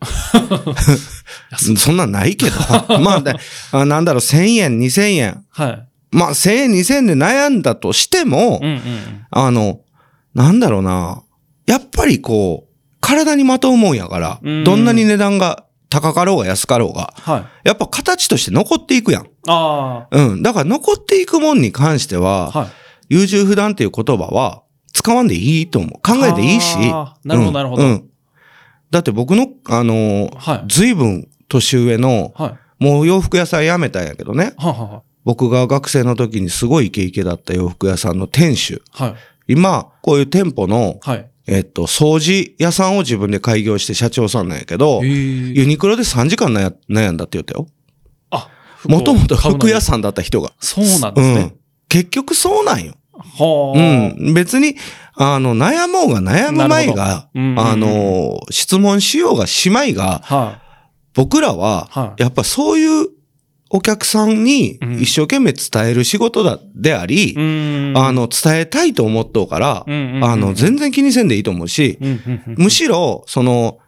[SPEAKER 3] そんなんないけど。 <laughs> まあね、あなんだろう、1000円、2000円。
[SPEAKER 2] はい。
[SPEAKER 3] まあ、1000円、2000円で悩んだとしても、
[SPEAKER 2] うんうんうん。
[SPEAKER 3] あの、なんだろうな。やっぱりこう、体にまとうもんやから、
[SPEAKER 2] うん
[SPEAKER 3] どんなに値段が高かろうが安かろうが、
[SPEAKER 2] はい。
[SPEAKER 3] やっぱ形として残っていくやん。
[SPEAKER 2] あ
[SPEAKER 3] うん。だから残っていくもんに関して
[SPEAKER 2] あ。
[SPEAKER 3] は、
[SPEAKER 2] はい。
[SPEAKER 3] 優柔不断っていう言葉は使わんでいいと思う。考えていいし。
[SPEAKER 2] あーなるほど
[SPEAKER 3] うん
[SPEAKER 2] なるほど
[SPEAKER 3] うん。だって僕の、あのー
[SPEAKER 2] はい
[SPEAKER 3] 随分年上の、
[SPEAKER 2] はい。
[SPEAKER 3] もう洋服屋さん辞めたんやけどね。
[SPEAKER 2] はいは
[SPEAKER 3] 僕が学生の時にすごいイケイケだった洋服屋さんの店主。
[SPEAKER 2] いはい。
[SPEAKER 3] 今、こういう店舗の
[SPEAKER 2] はい。はい。
[SPEAKER 3] えっと、掃除屋さんを自分で開業して社長さんなんやけど、
[SPEAKER 2] ええ。
[SPEAKER 3] ユニクロで3時間悩悩んだって言ったよ。
[SPEAKER 2] あ、
[SPEAKER 3] もともと服屋
[SPEAKER 2] さ
[SPEAKER 3] さんだった人が。
[SPEAKER 2] そうなん
[SPEAKER 3] う
[SPEAKER 2] ですね
[SPEAKER 3] ん。。結局そうなんよ。
[SPEAKER 2] あほ
[SPEAKER 3] う
[SPEAKER 2] ー
[SPEAKER 3] ん。別に、あの、悩もうが悩む前が、
[SPEAKER 2] うん
[SPEAKER 3] あ、の、質問しようがしまいが、
[SPEAKER 2] は
[SPEAKER 3] 僕らは、
[SPEAKER 2] い、はい、
[SPEAKER 3] やっぱそういうお客さんに
[SPEAKER 2] うん
[SPEAKER 3] 一生懸命伝える仕事だ、であり、
[SPEAKER 2] うん
[SPEAKER 3] あ、の、伝えたいと思っとうから、
[SPEAKER 2] うんうんうん
[SPEAKER 3] あの、全然気にせんでいいと思うし、
[SPEAKER 2] うんうんうん
[SPEAKER 3] むしろ、その、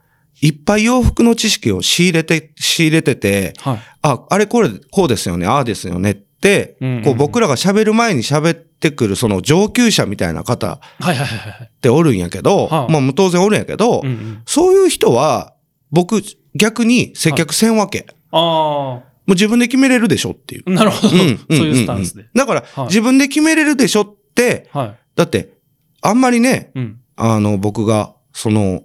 [SPEAKER 3] いっぱい洋服の知識を仕入れて、仕入れてて、
[SPEAKER 2] はい、
[SPEAKER 3] あ、あれこれ、こうですよね、ああですよねって、
[SPEAKER 2] うんうんうん
[SPEAKER 3] こう僕らが喋る前に喋ってくる、その上級者みたいな方
[SPEAKER 2] はい、はい、はいはい。
[SPEAKER 3] っておるんやけど、
[SPEAKER 2] はあ
[SPEAKER 3] まあもう当然おるんやけど、
[SPEAKER 2] うんうん、
[SPEAKER 3] そういう人は、僕、逆に接客せんわけ。も
[SPEAKER 2] あ
[SPEAKER 3] う自分で決めれるでしょっていう。
[SPEAKER 2] あ、なるほど、 <laughs> そういうスタンスで。
[SPEAKER 3] だから、
[SPEAKER 2] はい
[SPEAKER 3] 自分で決めれるでしょって、
[SPEAKER 2] は
[SPEAKER 3] だって、あんまりね、
[SPEAKER 2] い、うん、
[SPEAKER 3] あの、僕が、その、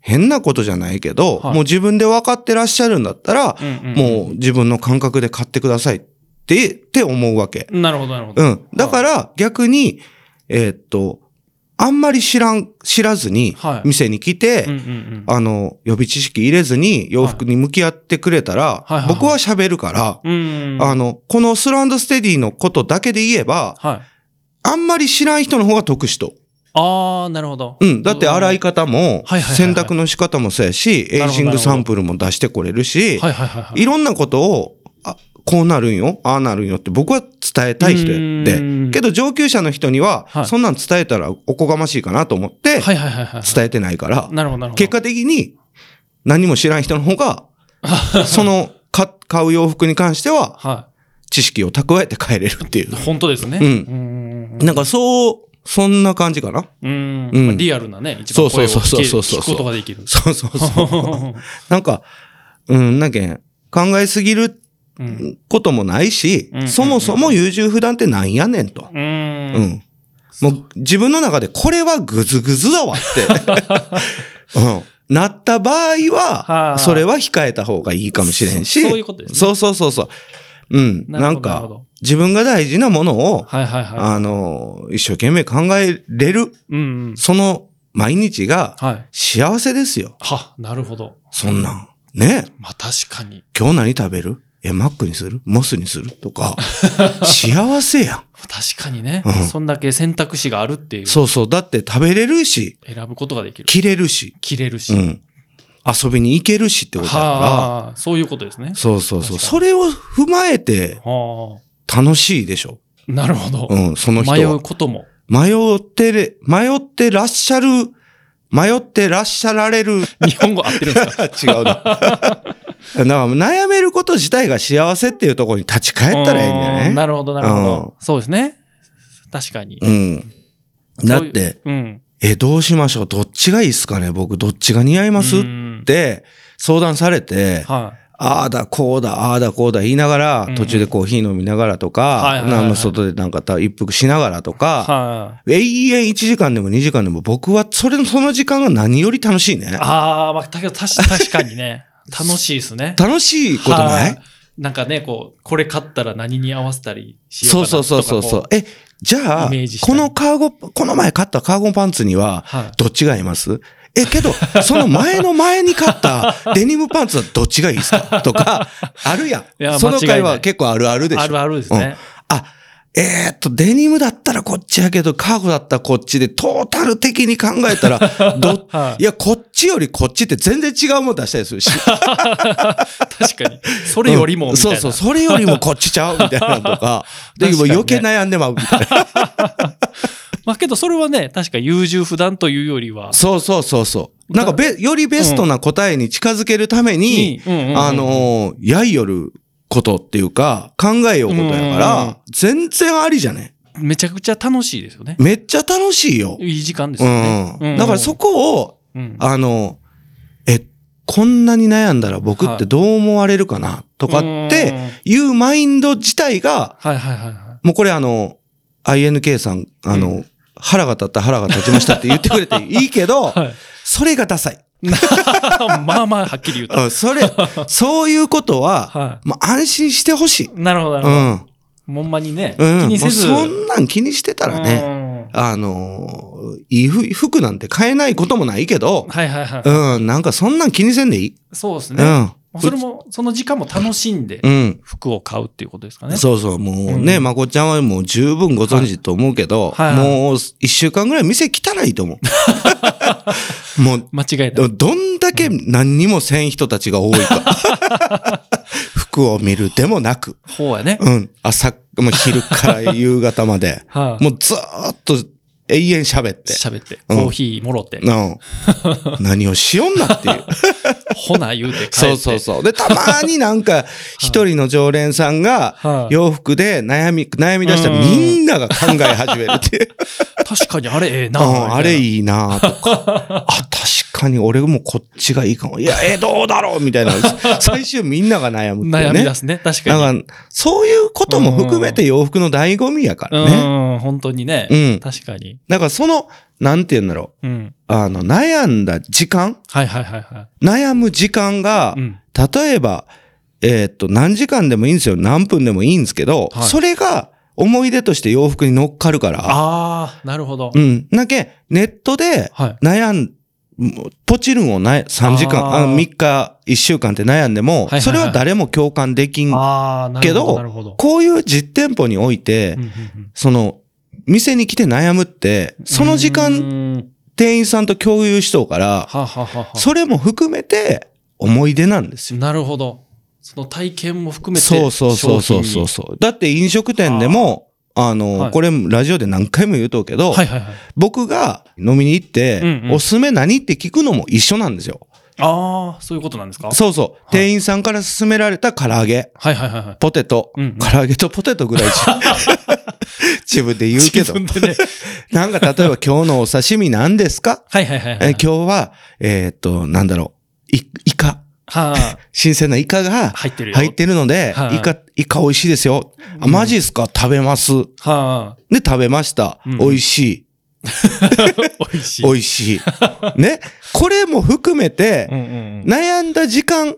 [SPEAKER 3] 変なことじゃないけど、
[SPEAKER 2] はい
[SPEAKER 3] もう自分で分かってらっしゃるんだったら、
[SPEAKER 2] うんうん、
[SPEAKER 3] もう自分の感覚で買ってくださいって、って思うわけ。
[SPEAKER 2] なるほど、なるほど。
[SPEAKER 3] うん。だから、逆に、えーっと、あんまり知らん、知らずに
[SPEAKER 2] は、い
[SPEAKER 3] 店に来て、
[SPEAKER 2] うんうんうん、
[SPEAKER 3] あの、予備知識入れずに洋服に向き合ってくれたら、
[SPEAKER 2] はいはいはい
[SPEAKER 3] 僕は喋るから、
[SPEAKER 2] うん、
[SPEAKER 3] あの、このスランドステディのことだけで言えば、
[SPEAKER 2] はい。
[SPEAKER 3] あんまり知らん人の方が得しと。
[SPEAKER 2] ああ、なるほど。
[SPEAKER 3] うん。だって洗い方も
[SPEAKER 2] はいはいはい、はい
[SPEAKER 3] 洗濯の仕方もそうやし、エイジングサンプルも出してこれるし、
[SPEAKER 2] はいはいはいはい。
[SPEAKER 3] いろんなことを、あこうなるんよ、ああなるんよって僕は伝えたい人
[SPEAKER 2] う
[SPEAKER 3] や
[SPEAKER 2] ー
[SPEAKER 3] で
[SPEAKER 2] ん。
[SPEAKER 3] けど上級者の人には
[SPEAKER 2] は、い
[SPEAKER 3] そんなん伝えたらおこがましいかなと思って、
[SPEAKER 2] はいはいはいはい。
[SPEAKER 3] 伝えてないから、
[SPEAKER 2] なるほどなるほど。
[SPEAKER 3] 結果的に何も知らん人の方
[SPEAKER 2] <laughs>
[SPEAKER 3] が、そのか買う洋服に関しては
[SPEAKER 2] は
[SPEAKER 3] 知識を蓄えて帰れるってい
[SPEAKER 2] <laughs>
[SPEAKER 3] う
[SPEAKER 2] い。。本当ですね。
[SPEAKER 3] うん
[SPEAKER 2] ん
[SPEAKER 3] なんかそう、そんな感じかな。 <laughs>
[SPEAKER 2] うん。
[SPEAKER 3] うん
[SPEAKER 2] まあリアルなね、一番声を
[SPEAKER 3] そうそうそうそうそう
[SPEAKER 2] 聞くことができる。
[SPEAKER 3] そうそう
[SPEAKER 2] <laughs>
[SPEAKER 3] そう。なんか、うん、なんけん、考えすぎる
[SPEAKER 2] うん。
[SPEAKER 3] こともないし
[SPEAKER 2] うん、
[SPEAKER 3] そもそも優柔不断ってなんやねんと。う
[SPEAKER 2] う。
[SPEAKER 3] んん。もう自分の中でこれはグズグズだわって。
[SPEAKER 2] <laughs>
[SPEAKER 3] うん。なった場合
[SPEAKER 2] は
[SPEAKER 3] は
[SPEAKER 2] あ、
[SPEAKER 3] それは控えた方がいいかもしれんし。
[SPEAKER 2] そそういうことですね。
[SPEAKER 3] そうそうそうそう。うん。な
[SPEAKER 2] なるほど
[SPEAKER 3] ん
[SPEAKER 2] なるほ
[SPEAKER 3] か
[SPEAKER 2] ど、
[SPEAKER 3] 自分が大事なものを、
[SPEAKER 2] はいはいは
[SPEAKER 3] あの、一生懸命考えれる、
[SPEAKER 2] い。うんうん。
[SPEAKER 3] その毎日が
[SPEAKER 2] はい。
[SPEAKER 3] 幸せですよ。
[SPEAKER 2] は、なるほど。
[SPEAKER 3] そんなん。ね
[SPEAKER 2] まあ確かに。
[SPEAKER 3] 今日何食べるえ、マックにするモスにすると
[SPEAKER 2] <laughs>
[SPEAKER 3] か。幸せやん。
[SPEAKER 2] 確かにね
[SPEAKER 3] うん。
[SPEAKER 2] そんだけ選択肢があるっていう。
[SPEAKER 3] そうそう。だって食べれるし、
[SPEAKER 2] 選ぶことができる。
[SPEAKER 3] 着れるし、
[SPEAKER 2] 切れるし。
[SPEAKER 3] う
[SPEAKER 2] は
[SPEAKER 3] ん。遊びに行けるしってことだか
[SPEAKER 2] あ、そういうことですね
[SPEAKER 3] ら。。そうそうそう。
[SPEAKER 2] 確かに
[SPEAKER 3] それを踏まえて
[SPEAKER 2] は
[SPEAKER 3] 楽しいでしょ。
[SPEAKER 2] あ。なるほど。
[SPEAKER 3] うん、その人は。
[SPEAKER 2] 迷うことも。
[SPEAKER 3] 迷ってれ、迷ってらっしゃる、迷ってらっしゃられ
[SPEAKER 2] <laughs>
[SPEAKER 3] る。
[SPEAKER 2] 日本語合ってるんですか
[SPEAKER 3] 違 <laughs> うな。だから悩めること自体が幸せっていうところに立ち返ったらいいんだ
[SPEAKER 2] う
[SPEAKER 3] よね。
[SPEAKER 2] なるほど、なるほ
[SPEAKER 3] うん
[SPEAKER 2] ど。そうですね。確かに。
[SPEAKER 3] うん。だって、
[SPEAKER 2] うん。
[SPEAKER 3] え、どうしましょうどっちがいいっすかね僕、どっちが似合います
[SPEAKER 2] う
[SPEAKER 3] っ
[SPEAKER 2] ん
[SPEAKER 3] て相談されて、
[SPEAKER 2] はい。
[SPEAKER 3] ああだ、こうだ、ああだ、こうだ言いながら
[SPEAKER 2] うん、
[SPEAKER 3] 途中でコーヒー飲みながらと
[SPEAKER 2] はい
[SPEAKER 3] か、
[SPEAKER 2] はいはいはい
[SPEAKER 3] なんか外でなんかた一服しながらとか、
[SPEAKER 2] は
[SPEAKER 3] 永遠1時間でも2時間でも僕はそれのその時間が何より楽しいね
[SPEAKER 2] い。。ああ、まあ、だけど確確かに
[SPEAKER 3] <laughs>
[SPEAKER 2] ね。楽しいですね。
[SPEAKER 3] 楽しいことな
[SPEAKER 2] はいいなんかね、こう、これ買ったら何に合わせたりしよ
[SPEAKER 3] そうう
[SPEAKER 2] かな
[SPEAKER 3] そう
[SPEAKER 2] とか
[SPEAKER 3] そうそうそう
[SPEAKER 2] こ。
[SPEAKER 3] え、じゃあ、
[SPEAKER 2] イメージした
[SPEAKER 3] このカーゴ、この前買ったカーゴパンツには
[SPEAKER 2] はい、
[SPEAKER 3] どっちが合いますえ、け
[SPEAKER 2] <laughs>
[SPEAKER 3] ど、その前の前に買ったデニムパンツはどっちがいいですかとか、あるや
[SPEAKER 2] いや
[SPEAKER 3] ん。その
[SPEAKER 2] 間
[SPEAKER 3] 会
[SPEAKER 2] 違いない
[SPEAKER 3] 話結構あるあるでしょ。
[SPEAKER 2] あるあるですね。、
[SPEAKER 3] あ、えーっと、デニムだったらこっちやけど、カーゴだったらこっちで、トータル的に考えたら、ど
[SPEAKER 2] <laughs> はい
[SPEAKER 3] いや、こっちよりこっちって全然違うもん出したりするし。
[SPEAKER 2] 確かに。それよりも、
[SPEAKER 3] う
[SPEAKER 2] み
[SPEAKER 3] ん
[SPEAKER 2] たいな。
[SPEAKER 3] そうそう、それよりもこっちちゃうみたいなのと
[SPEAKER 2] <laughs>
[SPEAKER 3] か。で、
[SPEAKER 2] 確かにね
[SPEAKER 3] 余計悩んでまうみたいな。
[SPEAKER 2] まあけど、それはね、確か優柔不断というよりは、
[SPEAKER 3] そうそうそうそう。なんかべ、よりベストな答えに近づけるために、
[SPEAKER 2] うんうんうん
[SPEAKER 3] あのー、やいよることっていうか、考えようことやか
[SPEAKER 2] うんうん
[SPEAKER 3] ら、全然ありじゃね
[SPEAKER 2] めちゃくちゃ楽しいですよね。
[SPEAKER 3] めっちゃ楽しいよ。
[SPEAKER 2] いい時間です
[SPEAKER 3] う
[SPEAKER 2] よね。
[SPEAKER 3] ん。だからそ
[SPEAKER 2] こ、
[SPEAKER 3] こを、
[SPEAKER 2] うん
[SPEAKER 3] あの、え、こんなに悩んだら僕ってどう思われるかなとかっていうマインド自体が、
[SPEAKER 2] はいはいはいはい。
[SPEAKER 3] もうこれあの、INK さん、あの、腹が立った腹が立ちましたって言 <laughs> ってくれていいけど、
[SPEAKER 2] はい
[SPEAKER 3] それがダサい。
[SPEAKER 2] <laughs> まあまあ、はっきり言うと。
[SPEAKER 3] うん
[SPEAKER 2] <laughs>
[SPEAKER 3] それ、そういうことは、
[SPEAKER 2] は
[SPEAKER 3] もう安心してほしい。
[SPEAKER 2] い。なるほど、なる
[SPEAKER 3] う
[SPEAKER 2] ほど。
[SPEAKER 3] ん。
[SPEAKER 2] ほんまにね、
[SPEAKER 3] うん。
[SPEAKER 2] 気にせず。
[SPEAKER 3] もうそんなん気にしてたらね、
[SPEAKER 2] ね。
[SPEAKER 3] あの、いい服服なんて買えないこともないけど、
[SPEAKER 2] はいはいはい。
[SPEAKER 3] うん、なんかそんなん気にせんでいい。
[SPEAKER 2] そうです
[SPEAKER 3] う
[SPEAKER 2] ね。
[SPEAKER 3] ん。
[SPEAKER 2] それも、その時間も楽しんで
[SPEAKER 3] うん。
[SPEAKER 2] 服を買うっていうことですかね。
[SPEAKER 3] そうそう、もうね、
[SPEAKER 2] うん
[SPEAKER 3] まこっちゃんはもう十分ご存知と思うけど、
[SPEAKER 2] はいはい
[SPEAKER 3] もう一週間ぐらい店来たらいいと思
[SPEAKER 2] <laughs>
[SPEAKER 3] う。もう、
[SPEAKER 2] 間違いな
[SPEAKER 3] ど
[SPEAKER 2] い。
[SPEAKER 3] どんだけ何にもせん人たちが多いか。
[SPEAKER 2] <laughs>
[SPEAKER 3] 服を見るでもなく、
[SPEAKER 2] ほうやね。
[SPEAKER 3] うん、朝、もう昼から夕方まで、
[SPEAKER 2] はい、
[SPEAKER 3] もうずーっと永遠喋って。
[SPEAKER 2] 喋って、
[SPEAKER 3] うん
[SPEAKER 2] コーヒーもろて、
[SPEAKER 3] うん。何をしよんな
[SPEAKER 2] <laughs>
[SPEAKER 3] っていう。
[SPEAKER 2] ほな言うて帰って。
[SPEAKER 3] そうそうそう。で、たまになん
[SPEAKER 2] <laughs>
[SPEAKER 3] か、一人の常連さんが
[SPEAKER 2] は、い
[SPEAKER 3] 洋服で悩み、悩み出したら
[SPEAKER 2] うん
[SPEAKER 3] みんなが考え始めるっていう。
[SPEAKER 2] 確かにあれええ
[SPEAKER 3] う
[SPEAKER 2] な。
[SPEAKER 3] ん、あれ
[SPEAKER 2] い。
[SPEAKER 3] いいな
[SPEAKER 2] <laughs>
[SPEAKER 3] とか。あ、確かに俺もこっちがいいかも。い
[SPEAKER 2] <laughs>
[SPEAKER 3] や、え、どうだろうみたいな。最終みんなが悩むってい
[SPEAKER 2] 悩
[SPEAKER 3] う
[SPEAKER 2] み
[SPEAKER 3] ね
[SPEAKER 2] 出。すね。確かに。
[SPEAKER 3] なんか、そういうことも含めて洋服の醍醐味やからね。
[SPEAKER 2] うん、本当にね。
[SPEAKER 3] うん
[SPEAKER 2] 確かに。
[SPEAKER 3] なんかその、なんて言うんだろ
[SPEAKER 2] うん。
[SPEAKER 3] う。あの、悩んだ時間
[SPEAKER 2] はいはいはいは
[SPEAKER 3] 悩む時間が
[SPEAKER 2] い。う、ん。
[SPEAKER 3] 例えば、えーっと、何時間でもいいんですよ。何分でもいいんですけど、
[SPEAKER 2] はい
[SPEAKER 3] それが思い出として洋服に乗っかるから、
[SPEAKER 2] ああ、なるほど。
[SPEAKER 3] うん。だけ、ネットで
[SPEAKER 2] はい。
[SPEAKER 3] 悩ん、ポチるんをな3時間、
[SPEAKER 2] あー
[SPEAKER 3] あ3日、1週間って悩んでも、
[SPEAKER 2] いはいはい
[SPEAKER 3] それは誰も共感できん。
[SPEAKER 2] ああ、なるほど。なるほど。
[SPEAKER 3] こういう実店舗において、
[SPEAKER 2] うんうんうん
[SPEAKER 3] その、店に来て悩むって、その時
[SPEAKER 2] う
[SPEAKER 3] 間、
[SPEAKER 2] ーん
[SPEAKER 3] 店員さんと共有しとうから、
[SPEAKER 2] はあはあはあはあ
[SPEAKER 3] それも含めて思い出なんですよ
[SPEAKER 2] なるほど。その体験も含めて。
[SPEAKER 3] そうそうそうそう
[SPEAKER 2] 商品
[SPEAKER 3] そうそう。だって飲食店でも、あの、
[SPEAKER 2] はい
[SPEAKER 3] これラジオで何回も言うとうけど、
[SPEAKER 2] にはいはいはい。
[SPEAKER 3] 僕が飲みに行って、
[SPEAKER 2] うんうん
[SPEAKER 3] おすすめ何って聞くのも一緒なんですよ。
[SPEAKER 2] ああ、そういうことなんですか
[SPEAKER 3] そうそう。店員さんから勧められた唐揚げ、
[SPEAKER 2] はいはいはいはい。
[SPEAKER 3] ポテト、
[SPEAKER 2] うんうん
[SPEAKER 3] 唐揚げとポテトぐらい自
[SPEAKER 2] <laughs>
[SPEAKER 3] 分自分で言うけど、<laughs>
[SPEAKER 2] 自分でね。
[SPEAKER 3] なんか例えば今日のお刺身何です
[SPEAKER 2] <laughs>
[SPEAKER 3] か
[SPEAKER 2] はいはいはいは
[SPEAKER 3] え
[SPEAKER 2] い。
[SPEAKER 3] 今日は、えーっと、なんだろう、いイカ、
[SPEAKER 2] はあ、
[SPEAKER 3] 新鮮なイカが
[SPEAKER 2] 入ってるよ。
[SPEAKER 3] 入ってるので
[SPEAKER 2] は、い
[SPEAKER 3] イカ、イカ美味しいですよ。あ、マジっすか食べます。
[SPEAKER 2] はあ、
[SPEAKER 3] で、食べました。
[SPEAKER 2] うん
[SPEAKER 3] 美味し
[SPEAKER 2] <laughs> 美味し
[SPEAKER 3] い。
[SPEAKER 2] い。
[SPEAKER 3] 美味しい。
[SPEAKER 2] <laughs>
[SPEAKER 3] ね。これも含めて、
[SPEAKER 2] うんうんうん
[SPEAKER 3] 悩んだ時間、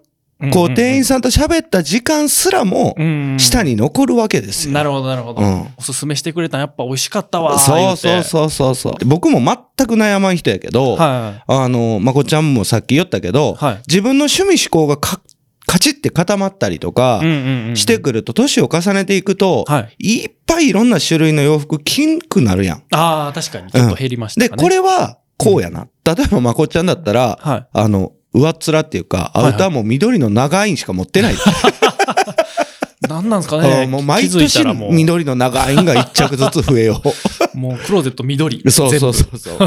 [SPEAKER 3] こう、店員さんと喋った時間すらも、
[SPEAKER 2] 員
[SPEAKER 3] 下に残るわけですよ。
[SPEAKER 2] なるほど、なるほど
[SPEAKER 3] うん。
[SPEAKER 2] おすすめしてくれたんやっぱ美味しかったわ。
[SPEAKER 3] そうそ
[SPEAKER 2] 言
[SPEAKER 3] う
[SPEAKER 2] て
[SPEAKER 3] そうそうそう。僕も全く悩まん人やけど、
[SPEAKER 2] は
[SPEAKER 3] あの、まこちゃんもさっき言ったけど、
[SPEAKER 2] はい
[SPEAKER 3] 自分の趣味思考がか、カチって固まったりとか
[SPEAKER 2] い。うんうんうん。
[SPEAKER 3] してくると、年を重ねていくと、
[SPEAKER 2] はい。
[SPEAKER 3] いっぱいいろんな種類の洋服着んくなるやん。
[SPEAKER 2] ああ、確かに。ちょっと減りました
[SPEAKER 3] で、
[SPEAKER 2] かね。
[SPEAKER 3] これは、こうやな。例えば、まこっちゃんだったら、
[SPEAKER 2] はい。
[SPEAKER 3] あの、上っ面っていうか、
[SPEAKER 2] はいは
[SPEAKER 3] ア
[SPEAKER 2] い
[SPEAKER 3] ウターも緑の長いんしか持って
[SPEAKER 2] <laughs>
[SPEAKER 3] ない。
[SPEAKER 2] 何なんですかね。
[SPEAKER 3] あもう毎
[SPEAKER 2] 気づいた
[SPEAKER 3] 年
[SPEAKER 2] らもう、
[SPEAKER 3] 緑の長いんが一着ずつ増えよう。
[SPEAKER 2] もうクローゼット緑。
[SPEAKER 3] そうそうそうそう。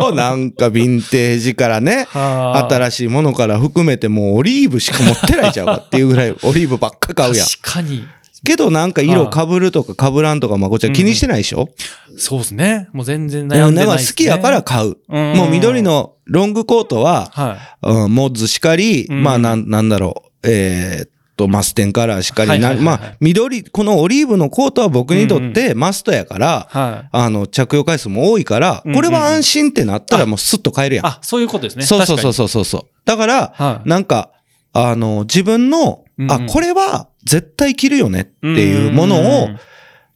[SPEAKER 3] もう <laughs> なんかヴィンテージからね、
[SPEAKER 2] はあ。
[SPEAKER 3] 新しいものから含めてもうオリーブしか持ってないちゃうかっていうぐ
[SPEAKER 2] <laughs>
[SPEAKER 3] らいオリーブばっか買うやん。
[SPEAKER 2] 確かに。
[SPEAKER 3] けどなんか色被るとか被らんとかまこっちゃん気にしてないでしょ、
[SPEAKER 2] そうですね。もう全然
[SPEAKER 3] な
[SPEAKER 2] 悩ん
[SPEAKER 3] ん
[SPEAKER 2] でない
[SPEAKER 3] か
[SPEAKER 2] ですね。
[SPEAKER 3] 好きやから買う。
[SPEAKER 2] うん
[SPEAKER 3] もう緑のロングコートは、
[SPEAKER 2] は
[SPEAKER 3] うん、モッズしかり、
[SPEAKER 2] うん
[SPEAKER 3] まあなん、なんだろう、えーっと、マステンカラーしかり、
[SPEAKER 2] はいはいはいはい
[SPEAKER 3] なまあ、緑、このオリーブのコートは僕にとってマストやから
[SPEAKER 2] い。、はい。
[SPEAKER 3] あの、着用回数も多いから、
[SPEAKER 2] うんうん
[SPEAKER 3] これは安心ってなったらもうスッと買えるやん。
[SPEAKER 2] あ、そういうことですね。
[SPEAKER 3] そうそうそううそうそうそう。だから、
[SPEAKER 2] はい。
[SPEAKER 3] なんか、あの、自分の、
[SPEAKER 2] うんうん
[SPEAKER 3] あ、これは絶対着るよねっていうものを
[SPEAKER 2] うん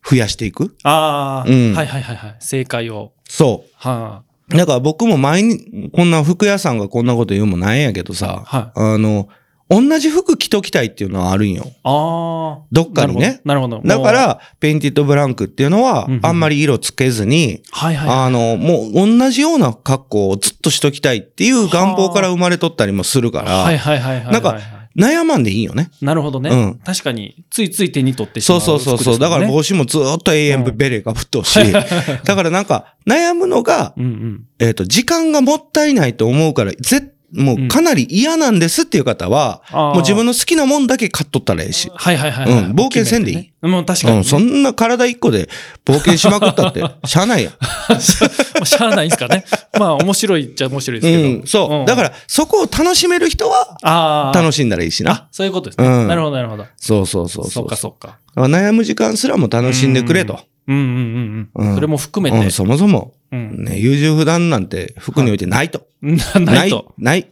[SPEAKER 3] 増やしていく。
[SPEAKER 2] ああ、
[SPEAKER 3] うん
[SPEAKER 2] はいはいはいはい。正解を。
[SPEAKER 3] そ
[SPEAKER 2] は
[SPEAKER 3] う。だから僕も前に、こんな服屋さんがこんなこと言うもなんやけど
[SPEAKER 2] あ。
[SPEAKER 3] さ、
[SPEAKER 2] はい。
[SPEAKER 3] あの、同じ服着ときたいっていうのはあるんよ。
[SPEAKER 2] ああ。
[SPEAKER 3] どっかにね。
[SPEAKER 2] なるほど。なるほど
[SPEAKER 3] だか、
[SPEAKER 2] もう
[SPEAKER 3] ら、ペインティッドブランクっていうのは
[SPEAKER 2] うんうん、
[SPEAKER 3] あんまり色つけずに、
[SPEAKER 2] はいはい。
[SPEAKER 3] あの、もう同じような格好をずっとしときたいっていう願望から生まれとったりもするか
[SPEAKER 2] はい
[SPEAKER 3] ら、
[SPEAKER 2] はいはいはいはい。
[SPEAKER 3] なんか悩まんでいいよね。
[SPEAKER 2] なるほどね、
[SPEAKER 3] うん
[SPEAKER 2] 確かに、ついつい手に取ってしま。
[SPEAKER 3] そううそうそうそう。だから
[SPEAKER 2] う、
[SPEAKER 3] 帽子もずーっと永
[SPEAKER 2] う
[SPEAKER 3] 遠
[SPEAKER 2] ん
[SPEAKER 3] ベレーがぶっとうし、
[SPEAKER 2] <laughs>
[SPEAKER 3] だからなんか悩むのが、
[SPEAKER 2] うんうん。
[SPEAKER 3] えっと、時間がもったいないと思うから、ぜもうかなり嫌なんですっていう方は、
[SPEAKER 2] あ
[SPEAKER 3] も
[SPEAKER 2] ー
[SPEAKER 3] う自分の好きなもんだけ買っとったらええし。
[SPEAKER 2] はいはいはいはい。
[SPEAKER 3] うん冒険せんでいい
[SPEAKER 2] 決めてねもう確かに、
[SPEAKER 3] う
[SPEAKER 2] ね
[SPEAKER 3] ん、そんな体一個で冒険しまくったって、
[SPEAKER 2] <laughs>
[SPEAKER 3] しゃあないやん。
[SPEAKER 2] まあしゃあないんすかね。まあ、面白いっちゃ面白いですけど。、
[SPEAKER 3] うん、そう。だからら、そこを楽しめる人は、
[SPEAKER 2] ああ。
[SPEAKER 3] 楽しんだらいいしな。
[SPEAKER 2] そういうことですね。
[SPEAKER 3] うん
[SPEAKER 2] なるほど、なるほど。
[SPEAKER 3] そうそうそう
[SPEAKER 2] そ
[SPEAKER 3] そうう。
[SPEAKER 2] か、そうか。
[SPEAKER 3] だから悩む時間すらも楽しんでくれと。
[SPEAKER 2] うんうんうんうん。
[SPEAKER 3] うん
[SPEAKER 2] それも含め
[SPEAKER 3] うん、
[SPEAKER 2] て、
[SPEAKER 3] そもそも、
[SPEAKER 2] うん。
[SPEAKER 3] ね、優柔不断なんて服においてないと。
[SPEAKER 2] な <laughs> ないと。
[SPEAKER 3] ない。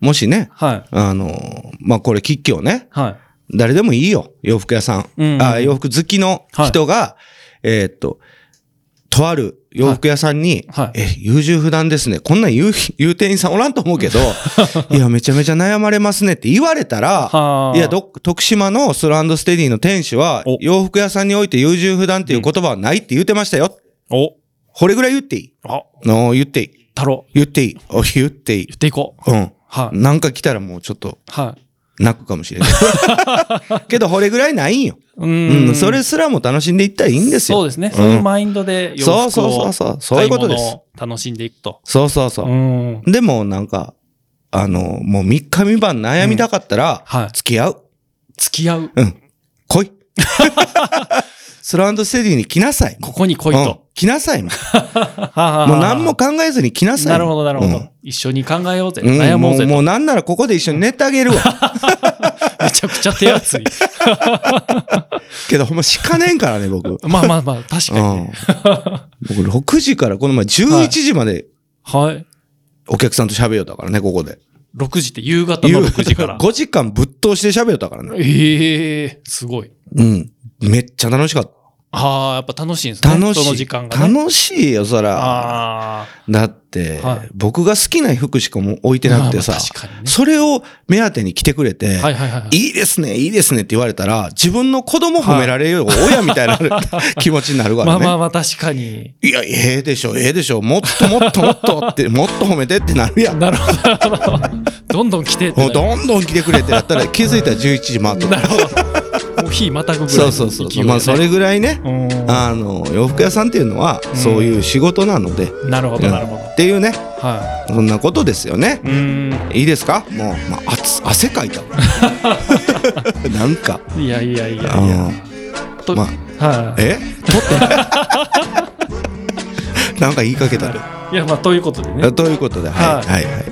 [SPEAKER 3] もしね、
[SPEAKER 2] はい。
[SPEAKER 3] あのーまあ、これ、喫緊をね、
[SPEAKER 2] はい。
[SPEAKER 3] 誰でもいいよ。洋服屋さん。
[SPEAKER 2] うんうん
[SPEAKER 3] あ洋服好きの人が、えーっと、とある洋服屋さんに、
[SPEAKER 2] はい
[SPEAKER 3] え、優柔不断ですね。こんなん言う、 <laughs> 言う店員さんおらんと思うけ
[SPEAKER 2] <laughs>
[SPEAKER 3] ど、いや、めちゃめちゃ悩まれますねって言われた
[SPEAKER 2] は
[SPEAKER 3] ら
[SPEAKER 2] あ、
[SPEAKER 3] いや、ど、徳島のスランドステディの店主は
[SPEAKER 2] お、
[SPEAKER 3] 洋服屋さんにおいて優柔不断っていう言葉はないって言ってましたよ。
[SPEAKER 2] お、
[SPEAKER 3] これぐらい言っていい
[SPEAKER 2] あ、
[SPEAKER 3] の言っていい
[SPEAKER 2] 太郎、
[SPEAKER 3] 言っていいお言っていい
[SPEAKER 2] 言っていこう。
[SPEAKER 3] うん。
[SPEAKER 2] はい、
[SPEAKER 3] なんか来たらもうちょっと
[SPEAKER 2] はい、
[SPEAKER 3] 泣くかもしれ
[SPEAKER 2] <laughs>
[SPEAKER 3] ない。けど、これぐらいないんよ。
[SPEAKER 2] う
[SPEAKER 3] うん、それすらも楽しんでいったらいいんですよ。
[SPEAKER 2] そうですね。
[SPEAKER 3] ん
[SPEAKER 2] そういうマインドで洋服を
[SPEAKER 3] そうそうそうそうそういうことです
[SPEAKER 2] 買物を楽しんでいくと。
[SPEAKER 3] そうそうそう
[SPEAKER 2] う。ん。
[SPEAKER 3] でもなんか、あの、もう3日3晩悩みたかったら、
[SPEAKER 2] はい。
[SPEAKER 3] 付き合う。
[SPEAKER 2] 付き合う。
[SPEAKER 3] 来
[SPEAKER 2] <laughs>
[SPEAKER 3] い。スラウンドステディに来なさい。
[SPEAKER 2] ここに来いと。
[SPEAKER 3] う
[SPEAKER 2] <laughs>
[SPEAKER 3] ん来なさいもん。
[SPEAKER 2] はあはあはあ
[SPEAKER 3] もう何も考えずに来なさい。
[SPEAKER 2] なるほど、なるほど、
[SPEAKER 3] うん
[SPEAKER 2] 一緒に考えようぜ。
[SPEAKER 3] うん
[SPEAKER 2] 悩もう
[SPEAKER 3] も
[SPEAKER 2] ぜ
[SPEAKER 3] う、
[SPEAKER 2] と。
[SPEAKER 3] もうなんならここで一緒に寝てあげる
[SPEAKER 2] <laughs>
[SPEAKER 3] わ。
[SPEAKER 2] めちゃくちゃ手
[SPEAKER 3] <laughs>
[SPEAKER 2] 厚い。
[SPEAKER 3] けどほんましかねんからね、
[SPEAKER 2] <laughs>
[SPEAKER 3] 僕。うん。
[SPEAKER 2] まあまあまあ、確かにね。
[SPEAKER 3] 僕6時からこの前11時まで
[SPEAKER 2] はい。
[SPEAKER 3] お客さんと喋りよったからね、ここで。
[SPEAKER 2] 6時って夕方の6時
[SPEAKER 3] <laughs>
[SPEAKER 2] から。
[SPEAKER 3] 5時間ぶっ通して喋りよったからね。
[SPEAKER 2] ええすごい。
[SPEAKER 3] うん。めっちゃ楽しかっ
[SPEAKER 2] ああ、やっぱ楽しいんです
[SPEAKER 3] た。
[SPEAKER 2] ね。
[SPEAKER 3] 楽しい。
[SPEAKER 2] その時間がね。
[SPEAKER 3] 楽しいよ、そら。
[SPEAKER 2] ああ。
[SPEAKER 3] だって、
[SPEAKER 2] はい
[SPEAKER 3] 僕が好きな服しかもう置いてなくてさ、
[SPEAKER 2] まあまあ確かにね。
[SPEAKER 3] それを目当てに来てくれて、
[SPEAKER 2] はいはいはいはい。
[SPEAKER 3] いいですね、いいですねって言われたら、自分の子供褒められる
[SPEAKER 2] <laughs>
[SPEAKER 3] よ、親みたいな気持ちになるか
[SPEAKER 2] ま
[SPEAKER 3] ら
[SPEAKER 2] あ
[SPEAKER 3] ね。
[SPEAKER 2] まあまあ、確かに。
[SPEAKER 3] いや、ええでしょ、ええでしょ、もっともっともっとって、もっと褒めてってなるや
[SPEAKER 2] <laughs>
[SPEAKER 3] ん。
[SPEAKER 2] なるほど、なるほど。どんどん来てってな
[SPEAKER 3] もう
[SPEAKER 2] る。
[SPEAKER 3] どんどん来てくれってなったら、気づいたら11時回って
[SPEAKER 2] なるほど。もう火またぐぐらい
[SPEAKER 3] そ
[SPEAKER 2] の
[SPEAKER 3] う
[SPEAKER 2] 勢
[SPEAKER 3] そ
[SPEAKER 2] いで
[SPEAKER 3] うそ
[SPEAKER 2] すね、
[SPEAKER 3] うそう。まあ、それぐらいね、
[SPEAKER 2] うん
[SPEAKER 3] あの、洋服屋さんっていうのは、そういう仕事なので、
[SPEAKER 2] なるほ
[SPEAKER 3] う
[SPEAKER 2] ど、
[SPEAKER 3] ん
[SPEAKER 2] なるほど。
[SPEAKER 3] っていうね、
[SPEAKER 2] は
[SPEAKER 3] そんなことですよね。
[SPEAKER 2] い。うー
[SPEAKER 3] いいですかもう、まあ、汗汗かい
[SPEAKER 2] <laughs>
[SPEAKER 3] たわなんか、
[SPEAKER 2] ん。いやいやいやいや。
[SPEAKER 3] う
[SPEAKER 2] と
[SPEAKER 3] ん、まあ、
[SPEAKER 2] はい。 <laughs>
[SPEAKER 3] え撮ってなんか言いかけたで、
[SPEAKER 2] いや、まあ、ということでね
[SPEAKER 3] あ、ということで、は、
[SPEAKER 2] はいい
[SPEAKER 3] はい、はい。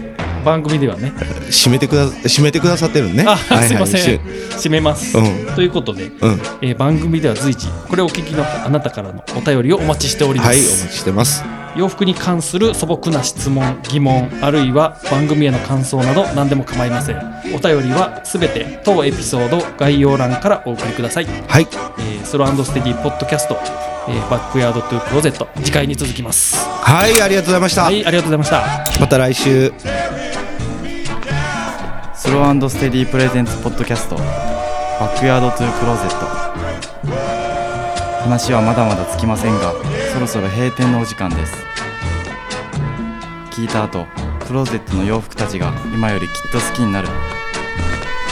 [SPEAKER 2] 番組ではね、
[SPEAKER 3] 締めてくだ、締めてくださってるね。
[SPEAKER 2] あ、
[SPEAKER 3] はは
[SPEAKER 2] すいません
[SPEAKER 3] し、
[SPEAKER 2] 締めます。
[SPEAKER 3] うん
[SPEAKER 2] ということで、
[SPEAKER 3] うん。
[SPEAKER 2] えー番組では随時、これをお聞きのあなたからのお便りをお待ちしておりま
[SPEAKER 3] はい、お待
[SPEAKER 2] す。
[SPEAKER 3] ちしてます。
[SPEAKER 2] 洋服に関する素朴な質問、疑問、あるいは番組への感想など何でも構いません。お便りはすべて当エピソード概要欄からお送りください。
[SPEAKER 3] はい、
[SPEAKER 2] えーソロステディポッドキャスト、えーバックヤードトゥークローゼット、次回に続きます。
[SPEAKER 3] はい、ありがとうございました。
[SPEAKER 2] はい、ありがとうございました。
[SPEAKER 3] また来週。
[SPEAKER 1] スローステディプレゼンツポッドキャストバックヤードトゥークローゼット話はまだまだつきませんがそろそろ閉店のお時間です聞いた後クローゼットの洋服たちが今よりきっと好きになる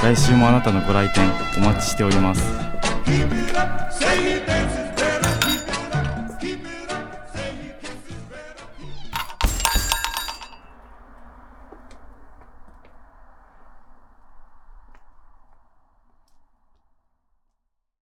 [SPEAKER 1] 来週もあなたのご来店お待ちしております
[SPEAKER 4] Say you dancing